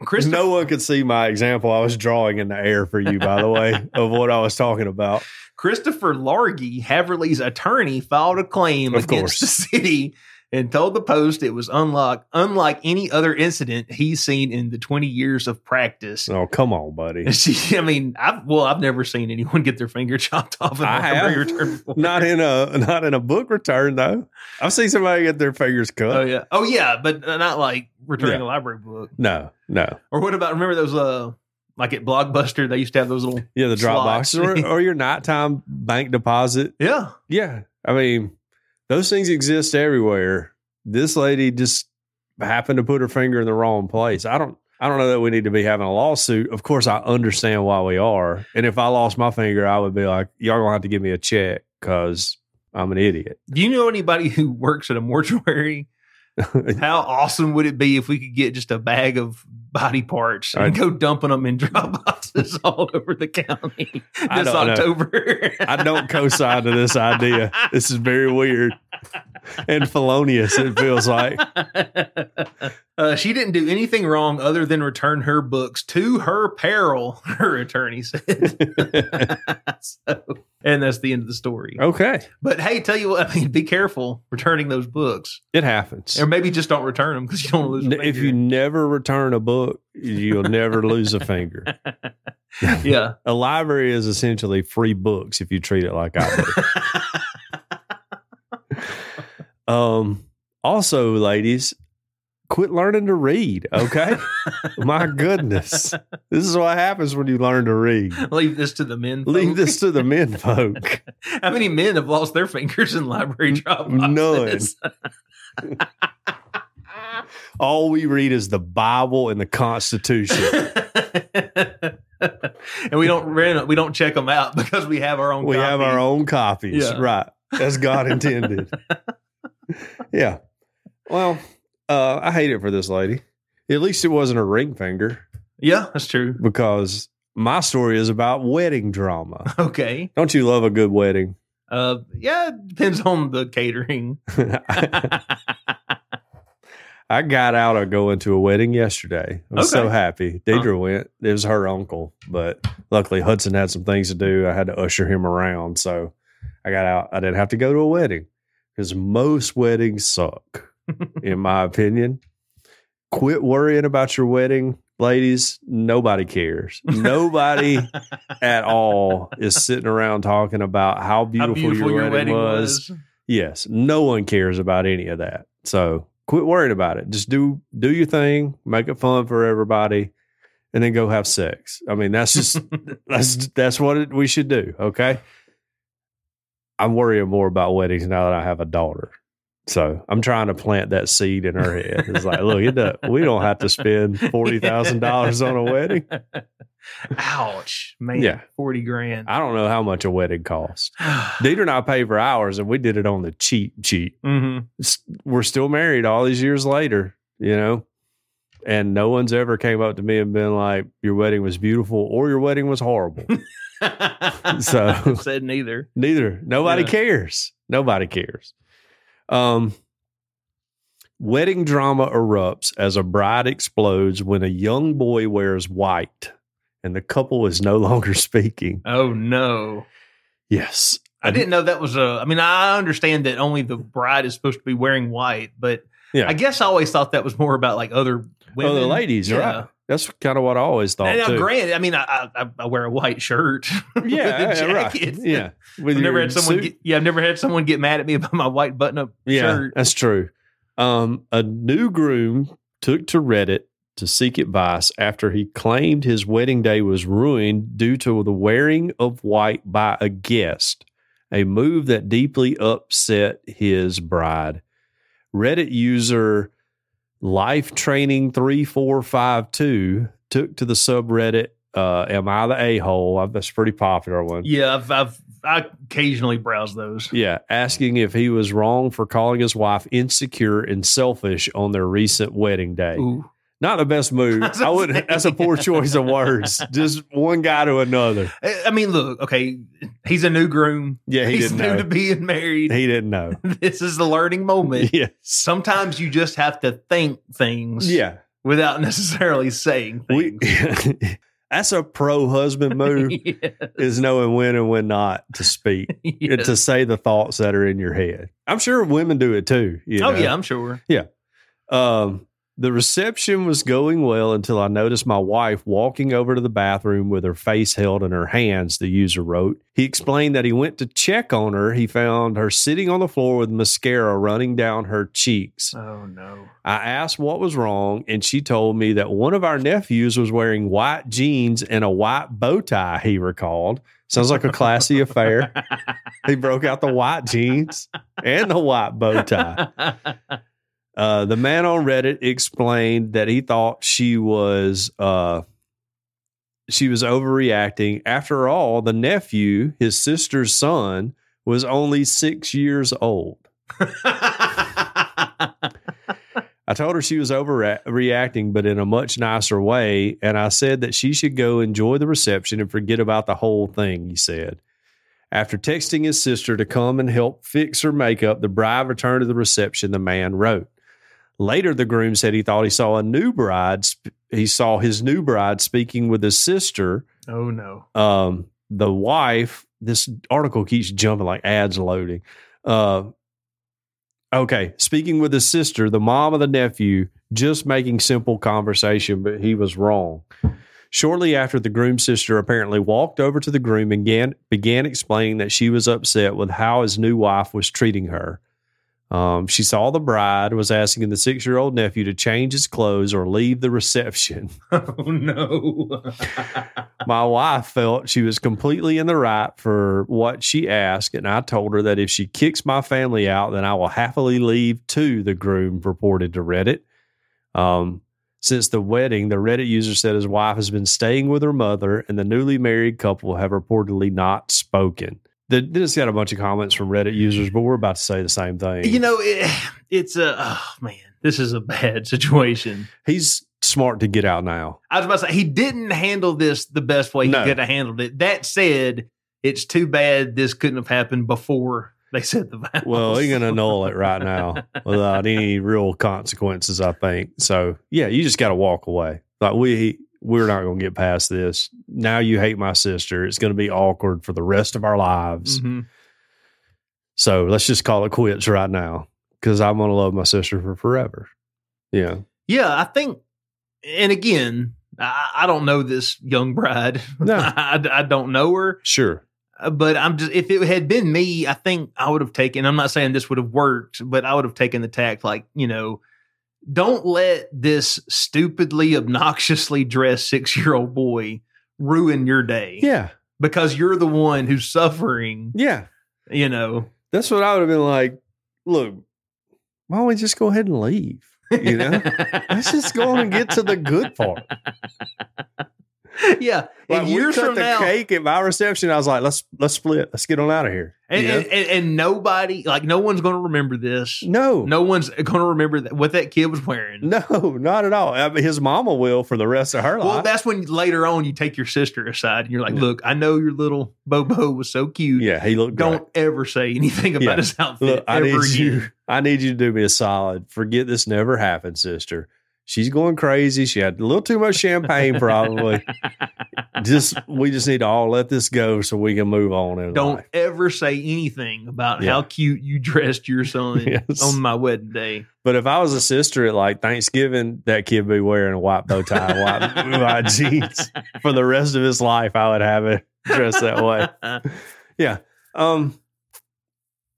B: Christopher.
C: No one could see my example I was drawing in the air for you, by the way, of what I was talking about.
B: Christopher Largy, Haverly's attorney, filed a claim
C: Of
B: against
C: course.
B: the city and told the Post it was unlock, unlike any other incident he's seen in the 20 years of practice.
C: Oh, come on, buddy.
B: And She, I mean, I've, well, I've never seen anyone get their finger chopped off in a
C: I
B: library
C: have.
B: return before.
C: Not in a not in a book return though. I've seen somebody get their fingers cut.
B: oh yeah, oh yeah, but not like returning
C: Yeah.
B: a library book.
C: No, no.
B: Or what about remember those uh, like at Blockbuster they used to have those little
C: Yeah, the drop
B: Slots.
C: boxes or, or your nighttime bank deposit.
B: yeah
C: Yeah, I mean those things exist everywhere. This lady just happened to put her finger in the wrong place. I don't. I don't know that we need to be having a lawsuit. Of course, I understand why we are. And if I lost my finger, I would be like, y'all gonna have to give me a check because I'm an idiot.
B: Do you know anybody who works at a mortuary? How awesome would it be if we could get just a bag of body parts and
C: I-
B: go dumping them in drop boxes all over the county
C: I
B: this
C: don't know.
B: October?
C: I don't co-sign to this idea. This is very weird and felonious. It feels like
B: uh, she didn't do anything wrong other than return her books to her peril, her attorney said. so, and that's the end of the story.
C: okay,
B: But hey, tell you what, I mean, be careful returning those books,
C: it happens.
B: or maybe just don't return them because you don't lose. a
C: If
B: finger.
C: you never return a book, you'll never lose a finger.
B: yeah.
C: A library is essentially free books if you treat it like I do. um, also, ladies, quit learning to read, okay? My goodness. This is what happens when you learn to read.
B: Leave this to the men.
C: Leave
B: folk.
C: this to the men folk.
B: How many men have lost their fingers in library drop boxes?
C: All we read is the Bible and the Constitution.
B: and we don't rent, we don't check them out because we have our own.
C: we have our own copies.
B: Yeah.
C: Right. As God intended. yeah. Well, uh, I hate it for this lady. At least it wasn't a ring finger
B: Yeah, that's true.
C: because my story is about wedding drama.
B: Okay.
C: Don't you love a good wedding?
B: Uh, yeah, it depends on the catering.
C: I got out of going to a wedding yesterday. I was so
B: Okay.
C: happy. Deidre went. It was her uncle, but luckily Hudson had some things to do. I had to usher him around. So I got out. I didn't have to go to a wedding because most weddings suck, in my opinion. Quit worrying about your wedding, ladies. Nobody cares. Nobody at all is sitting around talking about how
B: How
C: beautiful, your, wedding, was. Yes, no one cares about any of that. So quit worrying about it. Just do do your thing, make it fun for everybody, and then go have sex. I mean, that's just that's that's what it, we should do. Okay. I'm worrying more about weddings now that I have a daughter. So I'm trying to plant that seed in her head. It's like, look, it does, we don't have to spend forty thousand dollars on a wedding.
B: Ouch, man.
C: Yeah.
B: Forty grand.
C: I don't know how much a wedding costs. Dieter and I paid for hours, and we did it on the cheap, cheap.
B: hmm
C: S- We're still married all these years later, you know. And no one's ever came up to me and been like, "Your wedding was beautiful" or "Your wedding was horrible." So-
B: Mm-hmm. said neither.
C: Neither. Nobody
B: Yeah.
C: cares. Nobody cares. Um, wedding drama erupts as a bride explodes when a young boy wears white and the couple is no longer speaking.
B: Oh no.
C: Yes.
B: I didn't know that was a. I mean, I understand that only the bride is supposed to be wearing white, but
C: Yeah.
B: I guess I always thought that was more about like other women,
C: Oh, the ladies,
B: Yeah.
C: right. That's kind of what I always thought.
B: And now,
C: too.
B: granted, I mean, I, I I wear a white shirt. with
C: Yeah,
B: a
C: yeah, right.
B: jacket.
C: Yeah. With
B: I've never
C: your
B: had someone.
C: suit.
B: Get, yeah, I've never had someone get mad at me about my white button-up
C: Yeah,
B: shirt.
C: that's true. Um, a new groom took to Reddit to seek advice after he claimed his wedding day was ruined due to the wearing of white by a guest, a move that deeply upset his bride. Reddit user Life Training 3452 took to the subreddit uh, Am I the A hole? That's a pretty popular one.
B: Yeah, I've, I've I occasionally browse those.
C: Yeah, asking if he was wrong for calling his wife insecure and selfish on their recent wedding day.
B: Ooh.
C: Not the best move.
B: That's
C: I would.
B: insane.
C: That's a poor choice of words. Just one guy to another.
B: I I mean, look, okay, he's a new groom.
C: Yeah, he
B: he's
C: didn't
B: new to
C: know.
B: being married.
C: He didn't know.
B: this is the learning moment.
C: Yes.
B: Sometimes you just have to think things
C: Yeah.
B: without necessarily saying
C: We.
B: things.
C: that's a pro husband move.
B: yeah,
C: Is knowing when and when not to speak,
B: yeah.
C: to say the thoughts that are in your head. I'm sure women do it too. you
B: Oh
C: know?
B: yeah, I'm sure.
C: Um, the reception was going well until I noticed my wife walking over to the bathroom with her face held in her hands, the user wrote. He explained that he went to check on her. He found her sitting on the floor with mascara running down her cheeks.
B: Oh no.
C: I asked what was wrong, and she told me that one of our nephews was wearing white jeans and a white bow tie, he recalled. Sounds like a classy affair. He broke out the white jeans and the white bow tie. Uh, the man on Reddit explained that he thought she was uh, she was overreacting. After all, the nephew, his sister's son, was only six years old. I told her she was overreacting, but in a much nicer way. And I said that she should go enjoy the reception and forget about the whole thing, he said. After texting his sister to come and help fix her makeup, the bride returned to the reception, the man wrote. Later, the groom said he thought he saw a new bride. sp- He saw his new bride speaking with his sister.
B: oh no.
C: Um, the wife, this article keeps jumping like ads loading. Uh, okay, speaking with his sister, the mom of the nephew, just making simple conversation, but he was wrong. Shortly after, the groom's sister apparently walked over to the groom and began, began explaining that she was upset with how his new wife was treating her. Um, she saw the bride was asking the six year old nephew to change his clothes or leave the reception.
B: Oh no.
C: My wife felt she was completely in the right for what she asked, and I told her that if she kicks my family out, then I will happily leave too, the groom reported to Reddit. Um, since the wedding, the Reddit user said his wife has been staying with her mother, and the newly married couple have reportedly not spoken. The, this got a bunch of comments from Reddit users, but we're about to say the same thing.
B: you know, it, it's a oh man, this is a bad situation.
C: he's smart to get out now.
B: I was about to say he didn't handle this the best way
C: No.
B: he could have handled it. That said, it's too bad this couldn't have happened before they said the vows.
C: Well, he's gonna annul it right now without any real consequences, I think. So yeah, you just gotta walk away. Like we we're not gonna get past this. Now you hate my sister. It's gonna be awkward for the rest of our lives.
B: Mhm.
C: So let's just call it quits right now. Cause I'm gonna love my sister for forever. Yeah.
B: Yeah, I think, and again, I, I don't know this young bride.
C: No.
B: I, I don't know her,
C: Sure.
B: uh, but I'm just if it had been me, I think I would have taken. I'm not saying this would have worked, but I would have taken the tact like you know. Don't let this stupidly, obnoxiously dressed six year old boy ruin your day.
C: Yeah.
B: because you're the one who's suffering,
C: Yeah.
B: you know.
C: That's what I would have been like. Look, why don't we just go ahead and leave? You know, let's just go on and get to the good part.
B: yeah.
C: Like
B: and
C: we
B: years
C: cut
B: from
C: the
B: now,
C: cake at my reception. I was like, let's let's split. Let's get on out of here.
B: and,
C: You know?
B: and, and, and nobody, like, no one's going to remember this.
C: no,
B: No one's going to remember that, what that kid was wearing.
C: no, not at all. I mean, his mama will for the rest of her
B: Well,
C: life.
B: that's when later on you take your sister aside and you're like,
C: Yeah.
B: look, I know your little Bobo was so cute.
C: Yeah, he looked
B: Don't
C: great.
B: ever say anything about
C: Yeah.
B: his outfit
C: Look, I
B: ever
C: need
B: again.
C: you. I need you to do me a solid. Forget this never happened, sister. She's going crazy. She had a little too much champagne, probably. just we just need to all let this go so we can move on. In
B: Don't
C: life.
B: ever say anything about
C: Yeah.
B: how cute you dressed your son
C: Yes.
B: on my wedding day.
C: But if I was a sister at like Thanksgiving, that kid would be wearing a white bow tie, and white, white jeans for the rest of his life. I would have it dressed that way. Yeah. Um.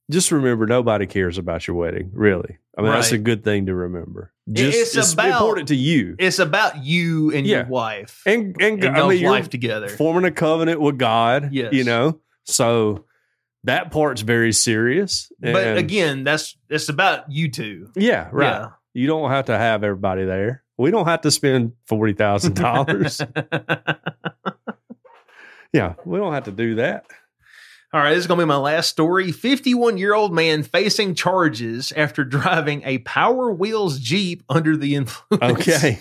C: Just remember, nobody cares about your wedding, really. I mean, that's
B: Right.
C: a good thing to remember. Just
B: it's
C: it's,
B: about-
C: important to you.
B: It's about you and
C: Yeah.
B: your wife and,
C: and and,
B: y'all's
C: I mean, you're
B: life together.
C: forming a covenant with God.
B: Yes.
C: You know, so that part's very serious.
B: but
C: and-
B: again, that's it's about you two.
C: yeah, right.
B: Yeah.
C: You don't have to have everybody there. We don't have to spend forty thousand dollars. yeah, we don't have to do that.
B: All right, this is going to be my last story. 51 year old man facing charges after driving a Power Wheels Jeep under the influence.
C: Okay.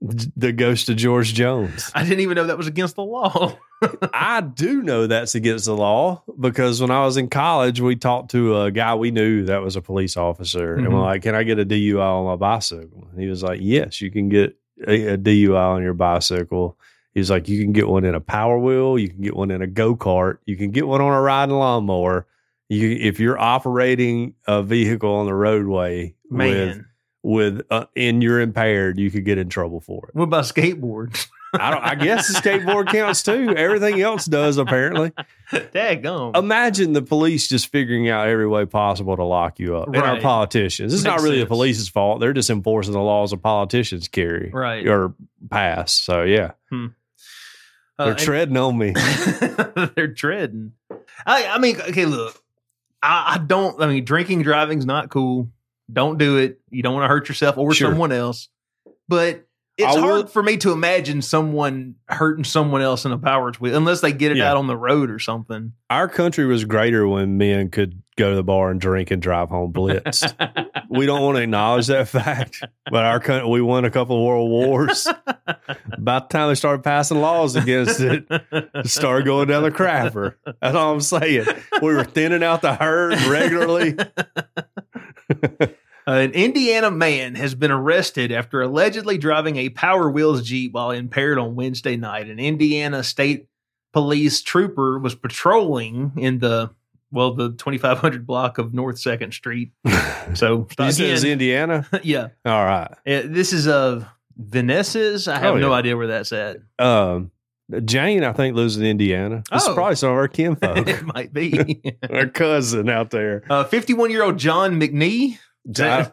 C: the ghost of George Jones.
B: I didn't even know that was against the law.
C: I do know that's against the law because when I was in college, we talked to a guy we knew that was a police officer, and we're
B: Mhm.
C: like, "Can I get a DUI on my bicycle?" And he was like, "Yes, you can get a, a DUI on your bicycle." He was like, "You can get one in a Power Wheel, you can get one in a go kart, you can get one on a riding lawnmower." You, if you're operating a vehicle on the roadway with
B: Man,
C: with uh, and you're impaired, you could get in trouble for it.
B: what about skateboard?
C: I don't. I guess the skateboard counts too. Everything else does apparently.
B: Daggone.
C: Imagine the police just figuring out every way possible to lock you up, and our
B: Right.
C: politicians. It's not
B: Makes
C: really the
B: sense.
C: police's fault. They're just enforcing the laws of politicians carry
B: Right.
C: or pass. So yeah,
B: Uh,
C: they're
B: and-
C: treading on me.
B: they're treading. I, I mean, okay, look, I, I don't. I mean, drinking driving's not cool. Don't do it. You don't want to hurt yourself or
C: Sure.
B: someone else. But it's
C: I will-
B: hard for me to imagine someone hurting someone else in a power wheel unless they get it
C: Yeah.
B: out on the road or something.
C: Our country was greater when men could go to the bar and drink and drive home blitzed. we don't want to acknowledge that fact, but our country, we won a couple of world wars. By the time they started passing laws against it, it started going down the crapper. That's all I'm saying. We were thinning out the herd regularly.
B: An Indiana man has been arrested after allegedly driving a Power Wheels Jeep while impaired on Wednesday night. An Indiana state police trooper was patrolling in the well, the 2500 block of North Second Street. So
C: You said it's
B: again,
C: Indiana.
B: yeah,
C: All right.
B: Uh, this is of Vanessa's. I have
C: Oh,
B: no
C: yeah.
B: idea where that's at.
C: Um, Jane, I think, lives in Indiana. This
B: Oh.
C: is probably some of our
B: it
C: kinfolk,
B: might be.
C: our cousin out there.
B: Uh, 51-year-old John McNee.
C: I- I-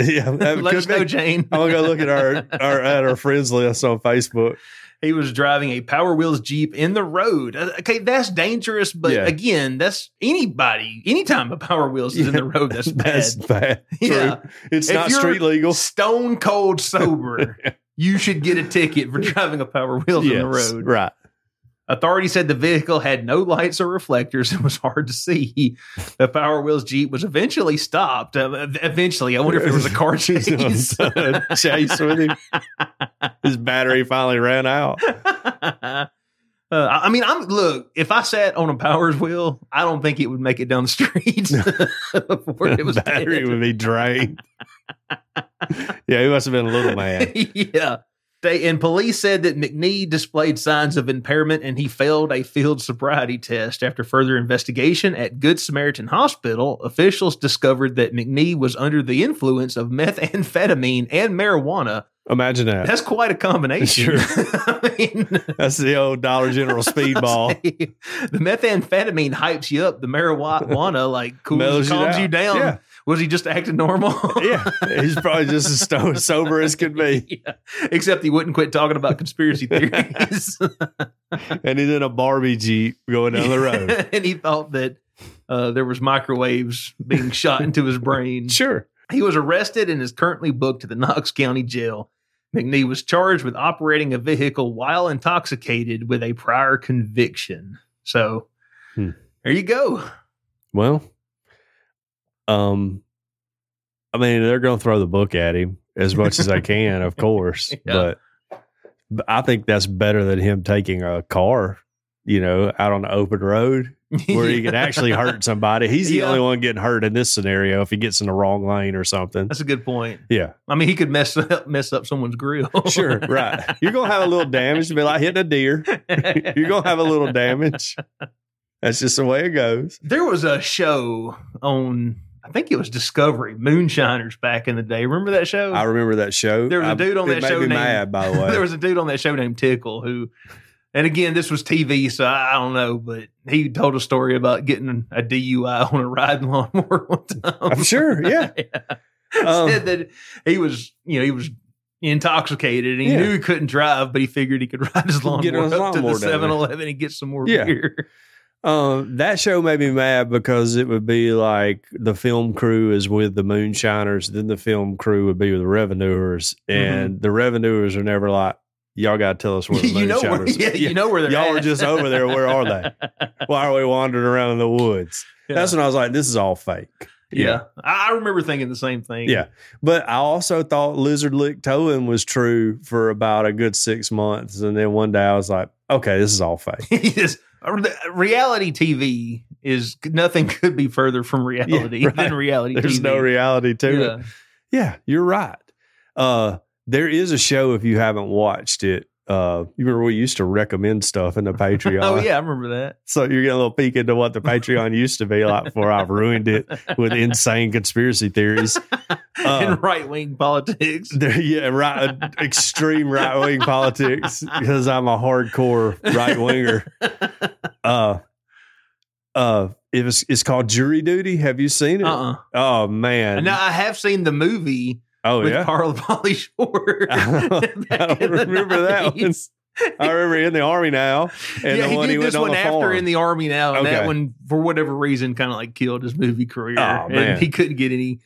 C: yeah, that
B: Let
C: could
B: us know,
C: be.
B: Jane.
C: I'm gonna go look at our, our at our friends list on Facebook.
B: He was driving a Power Wheels Jeep in the road. Uh, Okay, that's dangerous, but
C: Yeah.
B: again, that's anybody, anytime a Power Wheels is in the road, that's bad.
C: That's bad.
B: Yeah.
C: True. It's
B: If
C: not
B: you're
C: street legal.
B: Stone cold sober. you should get a ticket for driving a Power Wheels in the
C: Yes,
B: road.
C: Right.
B: Authorities said the vehicle had no lights or reflectors and was hard to see. The Power Wheels Jeep was eventually stopped. Uh, eventually, I wonder if there was a car chase.
C: He's on a chase with him. His battery finally ran out.
B: Uh, I I mean, I'm look. If I sat on a powers wheel, I don't think it would make it down the street before it was
C: battery
B: dead.
C: would be drained. yeah, he must have been a little mad.
B: yeah. They, and police said that McNee displayed signs of impairment and he failed a field sobriety test. After further investigation at Good Samaritan Hospital, officials discovered that McNee was under the influence of methamphetamine and marijuana.
C: Imagine that.
B: That's quite a combination.
C: Sure.
B: I mean,
C: That's the old Dollar General speedball.
B: the methamphetamine hypes you up. The marijuana like cools,
C: Mellows you
B: calms
C: down.
B: you, down.
C: Yeah.
B: Was he just acting normal?
C: Yeah, he's probably just as sto- sober as could be,
B: Yeah. Except he wouldn't quit talking about conspiracy theories.
C: and he's in a Barbie Jeep going down the road.
B: and he thought that uh, there was microwaves being shot into his brain.
C: Sure,
B: He was arrested and is currently booked to the Knox County Jail. McNee was charged with operating a vehicle while intoxicated with a prior conviction. So
C: Hmm.
B: there you go.
C: Well, um, I mean, they're going to throw the book at him as much as they can, of course.
B: Yeah.
C: But, but I think that's better than him taking a car, you know, out on the open road where he could actually hurt somebody. He's the
B: Yeah.
C: only one getting hurt in this scenario if he gets in the wrong lane or something.
B: That's a good point.
C: Yeah,
B: I mean, he could mess up mess up someone's grill.
C: sure, right. You're gonna have a little damage to be like hitting a deer. You're gonna have a little damage. That's just the way it goes.
B: There was a show on, I think it was Discovery Moonshiners back in the day. Remember that show?
C: I remember that show.
B: There was a
C: I-
B: dude on
C: it
B: that
C: made
B: show
C: Me
B: named-
C: mad, by the way.
B: there was a dude on that show named Tickle who, and again, this was TV, so I, I don't know, but he told a story about getting a DUI on a riding lawnmower one time.
C: I'm sure. Yeah. Um,
B: Said that he was, you know, he was intoxicated and he
C: Yeah.
B: knew he couldn't drive, but he figured he could ride his lawnmower
C: Get on his
B: up to the
C: lawnmower down there.
B: 7 Eleven and get some more
C: Yeah.
B: beer.
C: Um, that show made me mad because it would be like the film crew is with the moonshiners, then the film crew would be with the revenuers,
B: Mm-hmm.
C: and the revenuers are never like, "Y'all got to tell us where the
B: you, know where,
C: moonshiners."
B: yeah,
C: are."
B: you know where they're
C: y'all
B: at.
C: are just over there. Where are they? Why are we wandering around in the woods? That's when I was like, "This is all fake."
B: yeah. I I remember thinking the same thing.
C: Yeah. But I also thought lizard lick towing was true for about a good six months, and then one day I was like, "Okay, this is all fake."
B: Yes. reality TV is nothing could be further from reality
C: Yeah, right.
B: than reality
C: There's
B: TV.
C: no reality to it.
B: Yeah.
C: Yeah, you're right. Uh, there is a show if you haven't watched it. Uh, you remember we used to recommend stuff in the Patreon.
B: Oh yeah, I remember that.
C: So you're getting a little peek into what the Patreon used to be like before I've ruined it with insane conspiracy theories. Uh,
B: In right wing politics.
C: There, yeah, right. uh, Extreme right wing politics because I'm a hardcore right winger. Uh, uh, it was, it's called Jury Duty. Have you seen it?
B: Uh-uh.
C: Oh man.
B: Now I have seen the movie
C: oh
B: with
C: yeah.
B: Carl Polly Shore.
C: I don't- I
B: back in
C: don't
B: the
C: remember that
B: 90s.
C: one. I remember in the army now, and
B: yeah,
C: the
B: he
C: one
B: did
C: he went
B: this
C: on
B: one
C: the
B: after
C: farm.
B: in the army now, and that
C: Okay.
B: one for whatever reason kind of like killed his movie career.
C: Oh, man.
B: And he couldn't get any.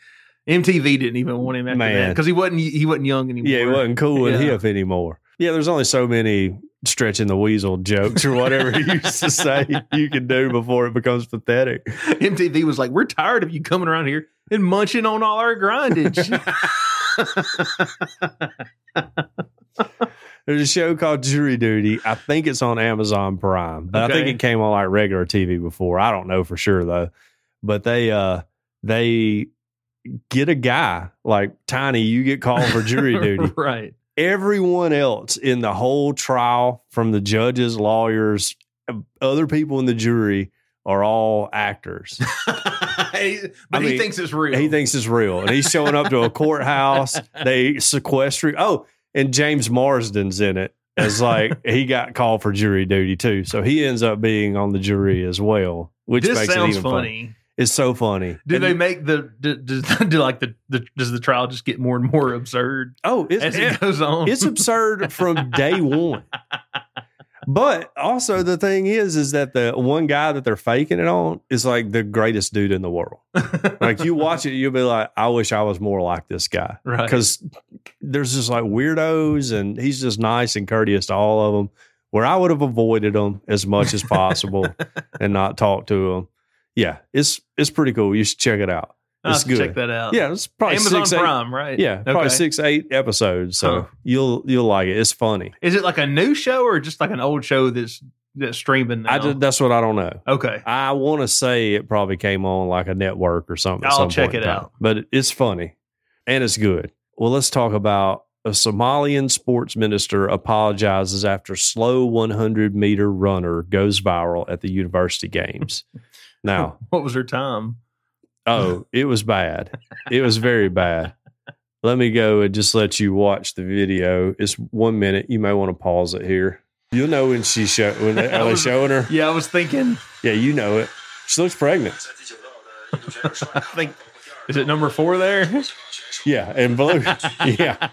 B: MTV didn't even want him after that
C: Man.
B: because he wasn't he wasn't young anymore.
C: yeah, he wasn't cool and
B: Yeah.
C: hip anymore. Yeah, there's only so many stretching the weasel jokes or whatever he used to say you can do before it becomes pathetic.
B: MTV was like, "We're tired of you coming around here and munching on all our grindage."
C: There's a show called Jury Duty. I think it's on Amazon Prime, but I
B: Okay.
C: think it came on like regular TV before. I don't know for sure though. But they uh they get a guy like Tiny, you get called for jury duty.
B: right?
C: everyone else in the whole trial from the judges, lawyers, uh, other people in the jury are all actors.
B: He- but he
C: I mean,
B: thinks it's real.
C: he thinks it's real. And he's showing up to a courthouse. They sequester. Oh, and James Marsden's in it. As like he got called for jury duty too. So he ends up being on the jury as well, which
B: this
C: makes it
B: sounds
C: even
B: funny.
C: funny. It's so funny.
B: Do
C: And-
B: they make the do, does, do like the, the does the trial just get more and more absurd
C: oh, it's,
B: as it goes on?
C: It's absurd from day one. But also the thing is, is that the one guy that they're faking it on is like the greatest dude in the world. Like you watch it, you'll be like, I wish I was more like this guy.
B: right.
C: Because there's just like weirdos and he's just nice and courteous to all of them. Where I would have avoided them as much as possible and not talked to them. Yeah, it's it's pretty cool. You should check it out.
B: I'll
C: It's
B: have to
C: good.
B: check that out.
C: Yeah, it's probably
B: Amazon
C: six, eight-
B: Prime, right?
C: yeah, probably
B: Okay.
C: six eight episodes. So
B: Huh.
C: you'll you'll like it. It's funny.
B: Is it like a new show or just like an old show that's that's streaming now?
C: I did, that's what I don't know.
B: okay.
C: I want to say it probably came on like a network or something. at
B: I'll
C: some
B: check
C: point in
B: it
C: time.
B: out.
C: But it's funny and it's good. Well, let's talk about a Somalian sports minister apologizes after slow 100 meter runner goes viral at the university games. now,
B: What was her time?
C: oh, it was bad. It was very bad. Let me go and just let you watch the video. It's one minute. You may want to pause it here. You'll know when she show when they, are they
B: was-
C: showing her.
B: Yeah, I was thinking.
C: Yeah, you know it. She looks pregnant.
B: I think is it number four there?
C: Yeah, and blue. yeah,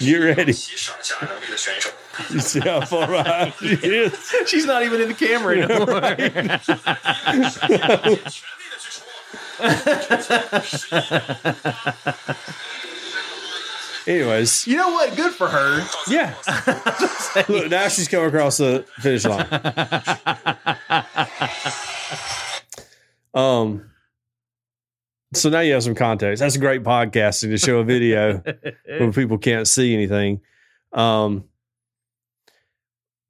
C: get ready. You see how far behind she is?
B: She's not even in the camera anymore.
C: Anyways,
B: you know what? Good for her.
C: yeah. Look, now she's come across the finish line. Um. So now you have some context. That's great podcasting to show a video where people can't see anything. Um.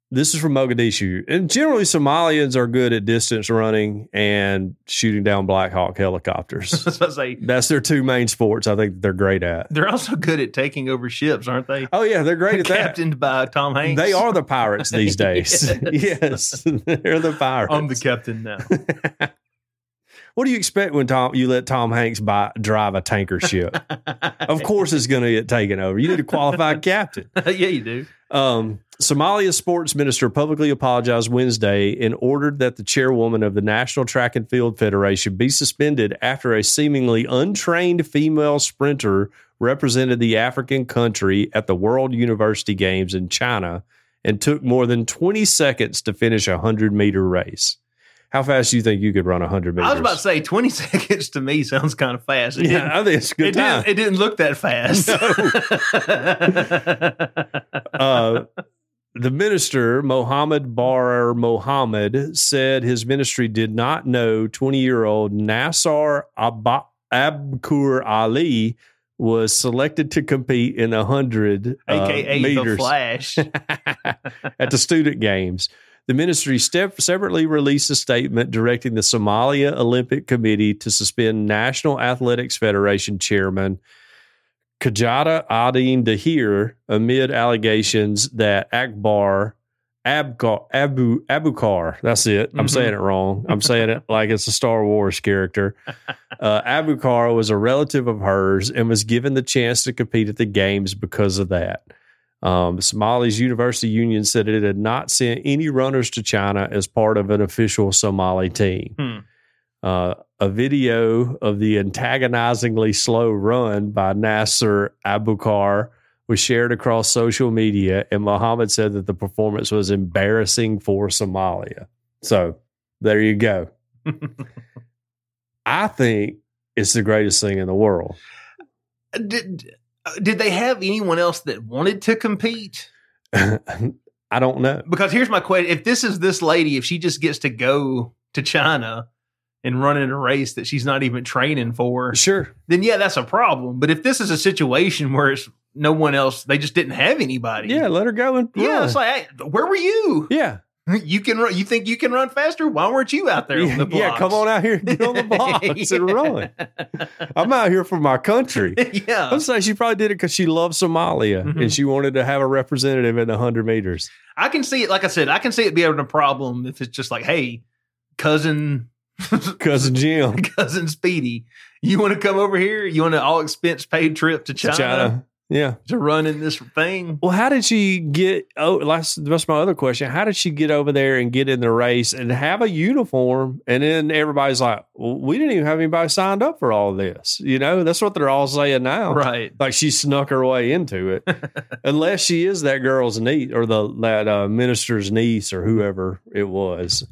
C: This is from Mogadishu, and generally Somalians are good at distance running and shooting down Black Hawk helicopters.
B: That's what I say.
C: That's their two main sports. I think they're great at.
B: They're also good at taking over ships, aren't they?
C: Oh yeah, they're great at that.
B: Captained by Tom Hanks.
C: They are the pirates these days. yes. they're the pirates.
B: I'm the captain now.
C: what do you expect when Tom you let Tom Hanks buy, drive a tanker ship? of course, it's going to get taken over. You need a qualified captain.
B: yeah, you do.
C: Um, Somalia's sports minister publicly apologized Wednesday and ordered that the chairwoman of the National Track and Field Federation be suspended after a seemingly untrained female sprinter represented the African country at the World University Games in China and took more than 20 seconds to finish a 100 meter race. How fast do you think you could run a 100 meters?
B: I was about to say 20 seconds to me sounds kind of fast. It didn't,
C: yeah, I think it's a good
B: it
C: time.
B: didn't, it didn't look that fast.
C: Uh, the minister, Mohammed Barer Mohammed, said his ministry did not know 20 year old Nassar Abba- Abkur Ali was selected to compete in the 100 uh,
B: AKA the
C: meters
B: Flash.
C: at the student games. The ministry step- separately released a statement directing the Somalia Olympic Committee to suspend National Athletics Federation chairman Kajada Adin Dahir amid allegations that Akbar Abkar, Abu Abukar, that's it. I'm
B: Mhm.
C: saying it wrong. I'm saying it like it's a Star Wars character. Uh, Abukar was a relative of hers and was given the chance to compete at the games because of that. Um, Somali's University Union said it had not sent any runners to China as part of an official Somali team.
B: Hmm.
C: Uh, a video of the antagonizingly slow run by Nasser Abukar was shared across social media, and Mohammed said that the performance was embarrassing for Somalia. So there you go. I think it's the greatest thing in the world.
B: did, did they have anyone else that wanted to compete?
C: I don't know.
B: Because here's my question. If this is this lady, if she just gets to go to China and run in a race that she's not even training for,
C: Sure.
B: then yeah, that's a problem. But if this is a situation where it's no one else, they just didn't have anybody.
C: Yeah, let her go and
B: Yeah,
C: run.
B: it's like, hey, where were you?
C: yeah.
B: You can run. You think you can run faster? Why weren't you out there on the
C: Yeah,
B: blocks?
C: come on out here and get on the blocks and run. I'm out here for my country.
B: yeah,
C: I'm saying she probably did it because she loves Somalia and
B: Mhm.
C: she wanted to have a representative in the 100 meters.
B: I can see it. Like I said, I can see it being a problem if it's just like, hey, cousin,
C: Cousin Jim.
B: cousin Speedy, you want to come over here? You want an all expense paid trip to China,
C: China. Yeah.
B: to run in this thing?
C: Well, how did she get? Oh, that's, that's my other question. How did she get over there and get in the race and have a uniform? And then everybody's like, well, we didn't even have anybody signed up for all this. You know, that's what they're all saying now.
B: Right.
C: Like she snuck her way into it, unless she is that girl's niece or the that uh, minister's niece or whoever it was.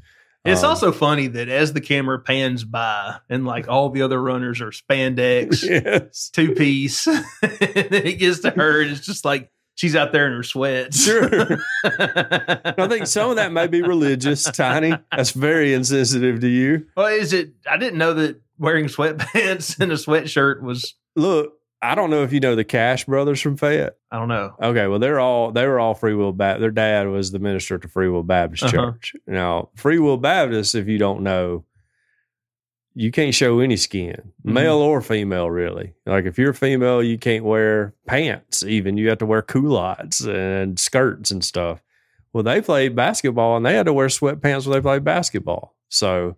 B: It's
C: Um,
B: also funny that as the camera pans by and like all the other runners are spandex,
C: yes,
B: two piece, and then it gets to her and it's just like she's out there in her sweats.
C: sure. I
B: I
C: think some of that may be religious. Tiny, that's very insensitive to you.
B: Well, is it? I didn't know that wearing sweatpants and a sweatshirt was.
C: Look, I don't know if you know the Cash brothers from Fayette.
B: I don't know.
C: Okay, well they're all they were all Free Will Baptist. Their dad was the minister at the Free Will Baptist
B: Uh-huh.
C: Church. Now, Free Will Baptist, if you don't know, you can't show any skin,
B: Mm-hmm.
C: male or female, really. Like if you're female, you can't wear pants. Even you have to wear culottes and skirts and stuff. Well, they played basketball and they had to wear sweatpants when they played basketball. So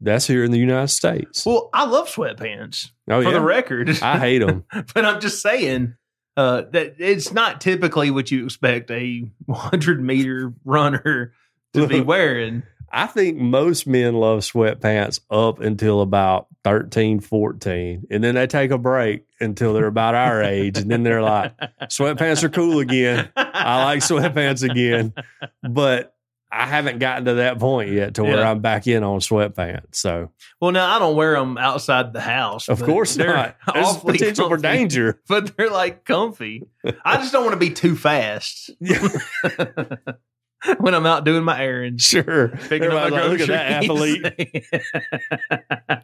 C: that's here in the United States.
B: Well, I love sweatpants
C: oh
B: for
C: yeah,
B: the record,
C: I hate them.
B: but I'm just saying uh, that it's not typically what you expect a 100 meter runner to be wearing.
C: I think most men love sweatpants up until about 13, 14. And then they take a break until they're about our age. And then they're like, sweatpants are cool again. I like sweatpants again. But I haven't gotten to that point yet to where
B: Yeah.
C: I'm back in on sweatpants. So
B: Well, now I don't wear them outside the house.
C: of
B: but
C: course
B: they're
C: not. There's
B: awfully
C: potential for
B: comfy,
C: danger.
B: but they're like comfy. I just don't want to be too fast
C: Yeah,
B: when I'm out doing my errands.
C: sure.
B: Picking up
C: Everybody's
B: my
C: like, look at that
B: groceries."
C: athlete.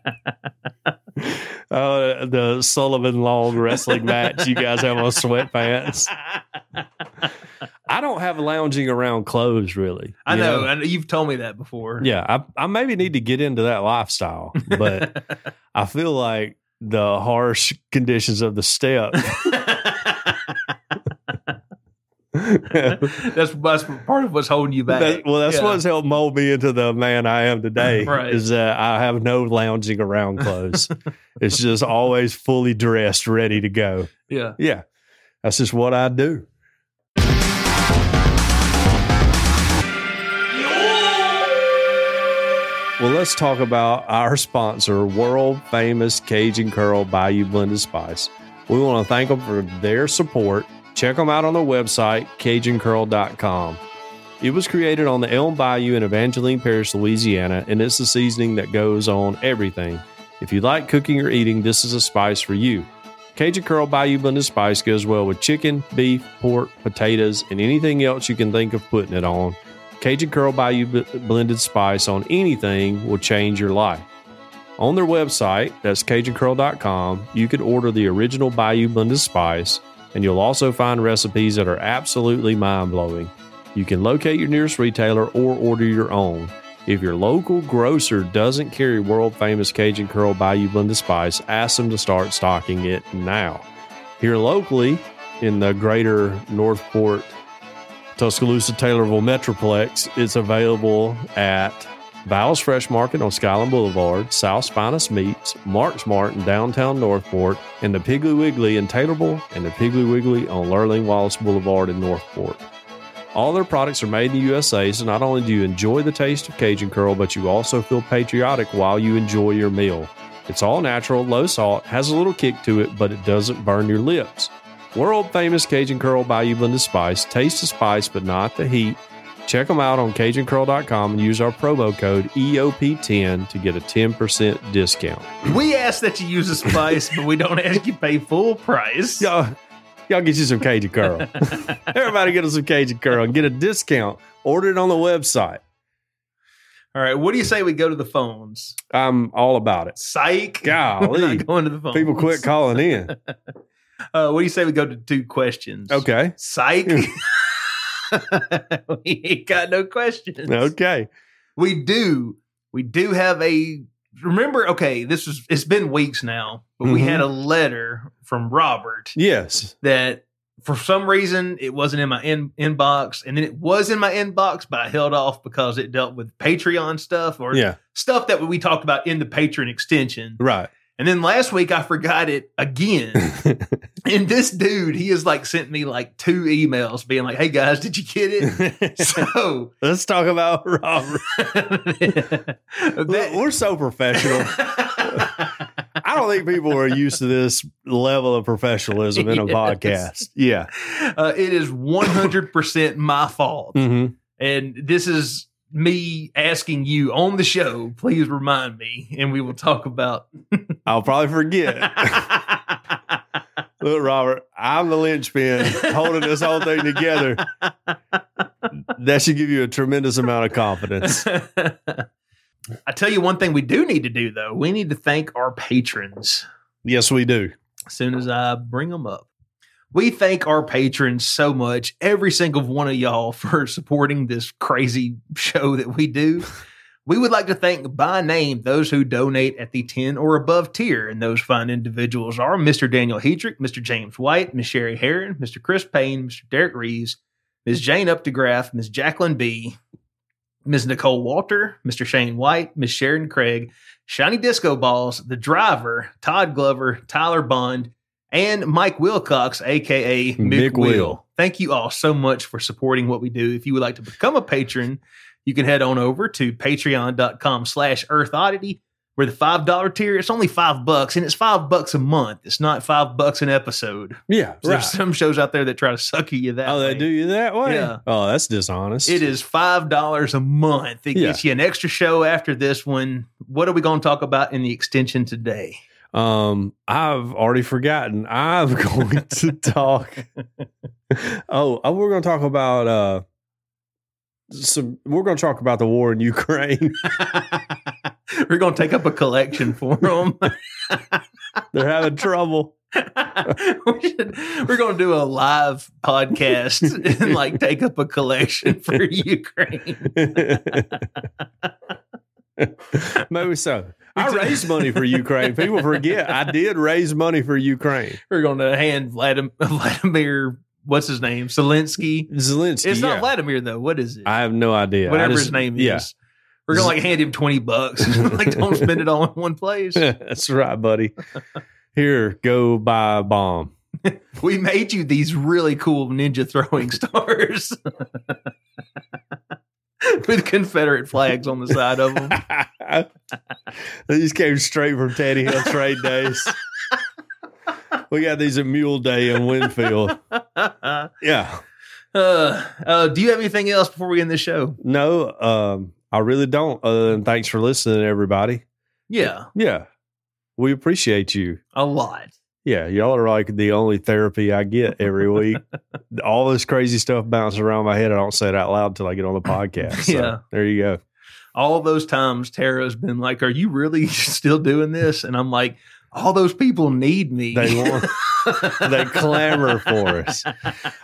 C: Uh, the Sullivan Long wrestling match. You guys have on sweatpants. I don't have lounging around clothes really.
B: I
C: you
B: know, I know. You've told me that before.
C: Yeah, I, I maybe need to get into that lifestyle, but I feel like the harsh conditions of the step.
B: that's, that's part of what's holding you back.
C: That- well, that's
B: Yeah.
C: what's helped mold me into the man I am today.
B: Right.
C: Is that I have no lounging around clothes. it's just always fully dressed, ready to go.
B: Yeah.
C: Yeah, that's just what I do. Well, let's talk about our sponsor, world famous Cajun Curl Bayou Blended Spice. We want to thank them for their support. Check them out on their website, CajunCurl.com. It was created on the Elm Bayou in Evangeline Parish, Louisiana, and it's the seasoning that goes on everything. If you like cooking or eating, this is a spice for you. Cajun Curl Bayou Blended Spice goes well with chicken, beef, pork, potatoes, and anything else you can think of putting it on. Cajun Curl Bayou B- Blended Spice on anything will change your life. On their website, that's CajunCurl.com, you can order the original Bayou Blended Spice, and you'll also find recipes that are absolutely mind blowing. You can locate your nearest retailer or order your own. If your local grocer doesn't carry world famous Cajun Curl Bayou Blended Spice, ask them to start stocking it now. Here locally in the greater Northport, Tuscaloosa, Taylorville Metroplex, it's available at Bowles Fresh Market on Skyland Boulevard, South's Finest Meats, Mark's Mart in downtown Northport, and the Piggly Wiggly in Taylorville, and the Piggly Wiggly on Lurling Wallace Boulevard in Northport. All their products are made in the USA, so not only do you enjoy the taste of Cajun Curl, but you also feel patriotic while you enjoy your meal. It's all natural, low salt, has a little kick to it, but it doesn't burn your lips. World famous Cajun Curl Bayou Blended Spice. Taste the spice, but not the heat. Check them out on CajunCurl.com and use our promo code E EOP10 to get a 10% discount.
B: We ask that you use a spice, but we don't ask you pay full price.
C: Y'all, y'all get you some Cajun Curl. Everybody get us some Cajun Curl and get a discount. Order it on the website.
B: All right. What do you say we go to the phones?
C: I'm all about it.
B: Psych. We're
C: Golly.
B: not going to the phones.
C: People quit calling in.
B: Uh, what do you say we go to two questions?
C: Okay.
B: Psych. we ain't got no questions.
C: Okay.
B: We do. We do have a. Remember, okay, this was. It's been weeks now, but we
C: Mhm.
B: had a letter from Robert
C: Yes.
B: that for some reason it wasn't in my in, inbox, and then it was in my inbox, but I held off because it dealt with Patreon stuff or
C: Yeah.
B: stuff that we talked about in the Patreon extension.
C: Right.
B: And then last week I forgot it again. and this dude, he has like sent me like two emails being like, "Hey guys, did you get it?" so
C: Let's talk about Robert.
B: that,
C: We're so professional. I don't think people are used to this level of professionalism in a
B: Yes.
C: podcast. Yeah.
B: uh, it is 100% my fault.
C: Mm-hmm.
B: And this is me asking you on the show, please remind me and we will talk about
C: I'll probably forget. Look, Robert, I'm the linchpin holding this whole thing together. That should give you a tremendous amount of confidence.
B: I tell you one thing we do need to do though. We need to thank our patrons.
C: Yes, we do.
B: as soon as I bring them up. We thank our patrons so much, every single one of y'all, for supporting this crazy show that we do. We would like to thank by name those who donate at the 10 or above tier. And those fine individuals are Mr. Daniel Hedrick, Mr. James White, Ms. Sherry Heron, Mr. Chris Payne, Mr. Derek Reeves, Ms. Jane Updegraff, Ms. Jacqueline B., Ms. Nicole Walter, Mr. Shane White, Ms. Sharon Craig, Shiny Disco Balls, The Driver, Todd Glover, Tyler Bond, and Mike Wilcox, aka Mick
C: Mick Will.
B: Will. Thank you all so much for supporting what we do. If you would like to become a patron, you can head on over to patreon.com slash earth oddity Where the five dollar tier, it's only five bucks, and it's five bucks a month. It's not five bucks an episode.
C: Yeah,
B: So There's some shows out there that try to sucker you that.
C: Oh, they
B: way.
C: do you that way?
B: Yeah.
C: Oh, that's dishonest.
B: It is five dollars a month. It
C: Yeah.
B: gets you an extra show after this one. What are we going to talk about in the extension today?
C: Um, I've already forgotten. I'm going to talk. oh, uh, we're going to talk about uh, some. We're going to talk about the war in Ukraine.
B: We're going to take up a collection for them.
C: They're having trouble.
B: we should, we're going to do a live podcast and like take up a collection for Ukraine.
C: Maybe so. I raised money for Ukraine. People forget I did raise money for Ukraine.
B: We're going to hand Vladimir, Vladimir what's his name, Zelensky.
C: Zelensky.
B: It's
C: yeah.
B: not Vladimir though. What is it?
C: I have no idea. I
B: Whatever
C: just-
B: his name
C: yeah.
B: is. We're gonna like hand him twenty bucks. like don't spend it all in one place.
C: That's right, buddy. Here, go buy a bomb.
B: We made you these really cool ninja throwing stars with Confederate flags on the side of them.
C: these came straight from Teddy Hill trade days. we got these at Mule Day in Winfield.
B: uh,
C: Yeah.
B: uh, do you have anything else before we end the show?
C: No, um, I really don't. Other than thanks for listening, everybody.
B: Yeah,
C: Yeah. We appreciate you.
B: a lot.
C: Yeah, y'all are like the only therapy I get every week. All this crazy stuff bouncing around my head. I don't say it out loud until I get on the podcast. So,
B: Yeah.
C: There you go.
B: All those times Tara's been like, "Are you really still doing this?" And I'm like, "All those people need me.
C: They want they clamor for us.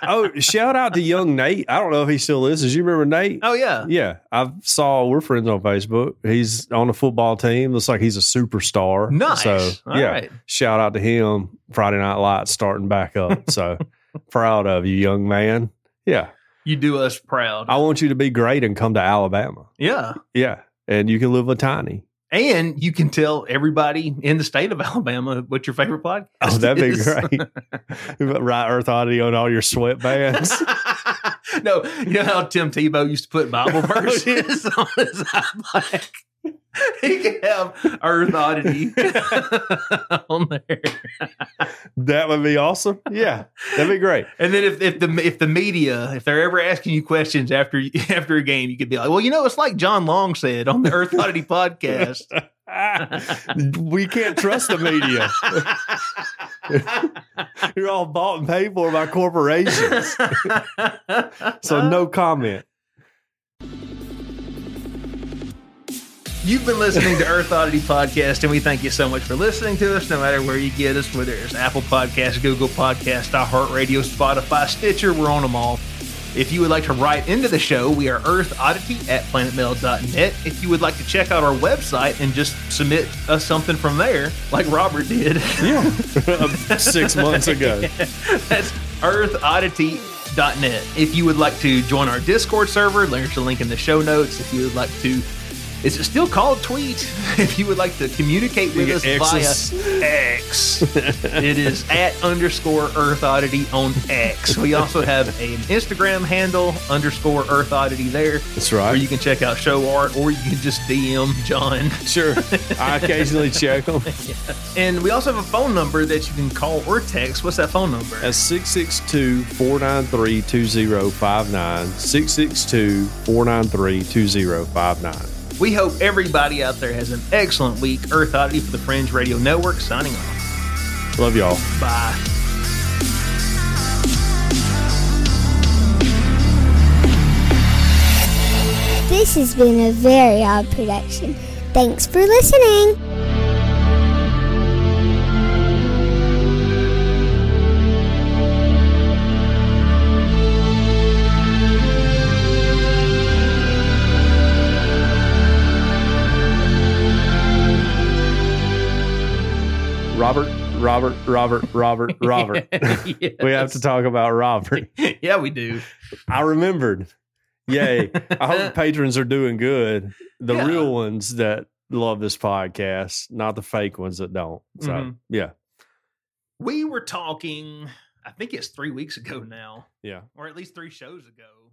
C: Oh, shout out to young Nate. I don't know if he still listens. You remember Nate?
B: oh yeah,
C: Yeah, I saw we're friends on Facebook. He's on the football team. Looks like he's a superstar.
B: nice.
C: So
B: All
C: yeah,
B: right.
C: shout out to him. Friday Night Lights starting back up. So proud of you, young man. Yeah,
B: you do us proud.
C: I want you to be great and come to Alabama.
B: yeah."
C: Yeah, and you can live with Tiny.
B: And you can tell everybody in the state of Alabama what your favorite podcast
C: Oh, that'd be
B: is.
C: great. right, Earth Audio and all your sweatbands.
B: no, you know how Tim Tebow used to put Bible verses Oh, on his iPod? He could have Earth Oddity on there.
C: that would be awesome. Yeah, that'd be great.
B: And then if, if the if the media, if they're ever asking you questions after after a game, you could be like, well, you know, it's like John Long said on the Earth Oddity podcast.
C: we can't trust the media. You're all bought and paid for by corporations. So no comment.
B: You've been listening to Earth Oddity Podcast, and we thank you so much for listening to us, no matter where you get us, whether it's Apple Podcasts, Google Podcasts, iHeartRadio, Spotify, Stitcher, we're on them all. If you would like to write into the show, we are earthoddity at planetmail.net. If you would like to check out our website and just submit us something from there, like Robert did,
C: Yeah. Six months ago.
B: that's earthoddity.net. If you would like to join our Discord server, there's a link in the show notes. If you would like to, is it still called tweet? If you would like to communicate with us
C: X's.
B: via X, it is at underscore Earth Oddity on X. We also have an Instagram handle underscore Earth Oddity there.
C: That's
B: Where you
C: right.
B: can check out show art, or you can just DM John.
C: Sure. I occasionally check them.
B: And we also have a phone number that you can call or text. What's that phone number?
C: That's 662 493 2059. 662 493 2059.
B: We hope everybody out there has an excellent week. Earth Oddity for the Fringe Radio Network signing off.
C: Love y'all.
B: Bye.
E: This has been a very odd production. Thanks for listening.
C: Robert, Robert, Robert, Robert, Robert.
B: Yes.
C: We have to talk about Robert.
B: Yeah, we do.
C: I remembered. Yay. I hope patrons are doing good. The
B: Yeah.
C: real ones that love this podcast, not the fake ones that don't. So,
B: Mhm.
C: yeah.
B: We were talking, I think it's three weeks ago now,
C: Yeah.
B: or at least three shows ago.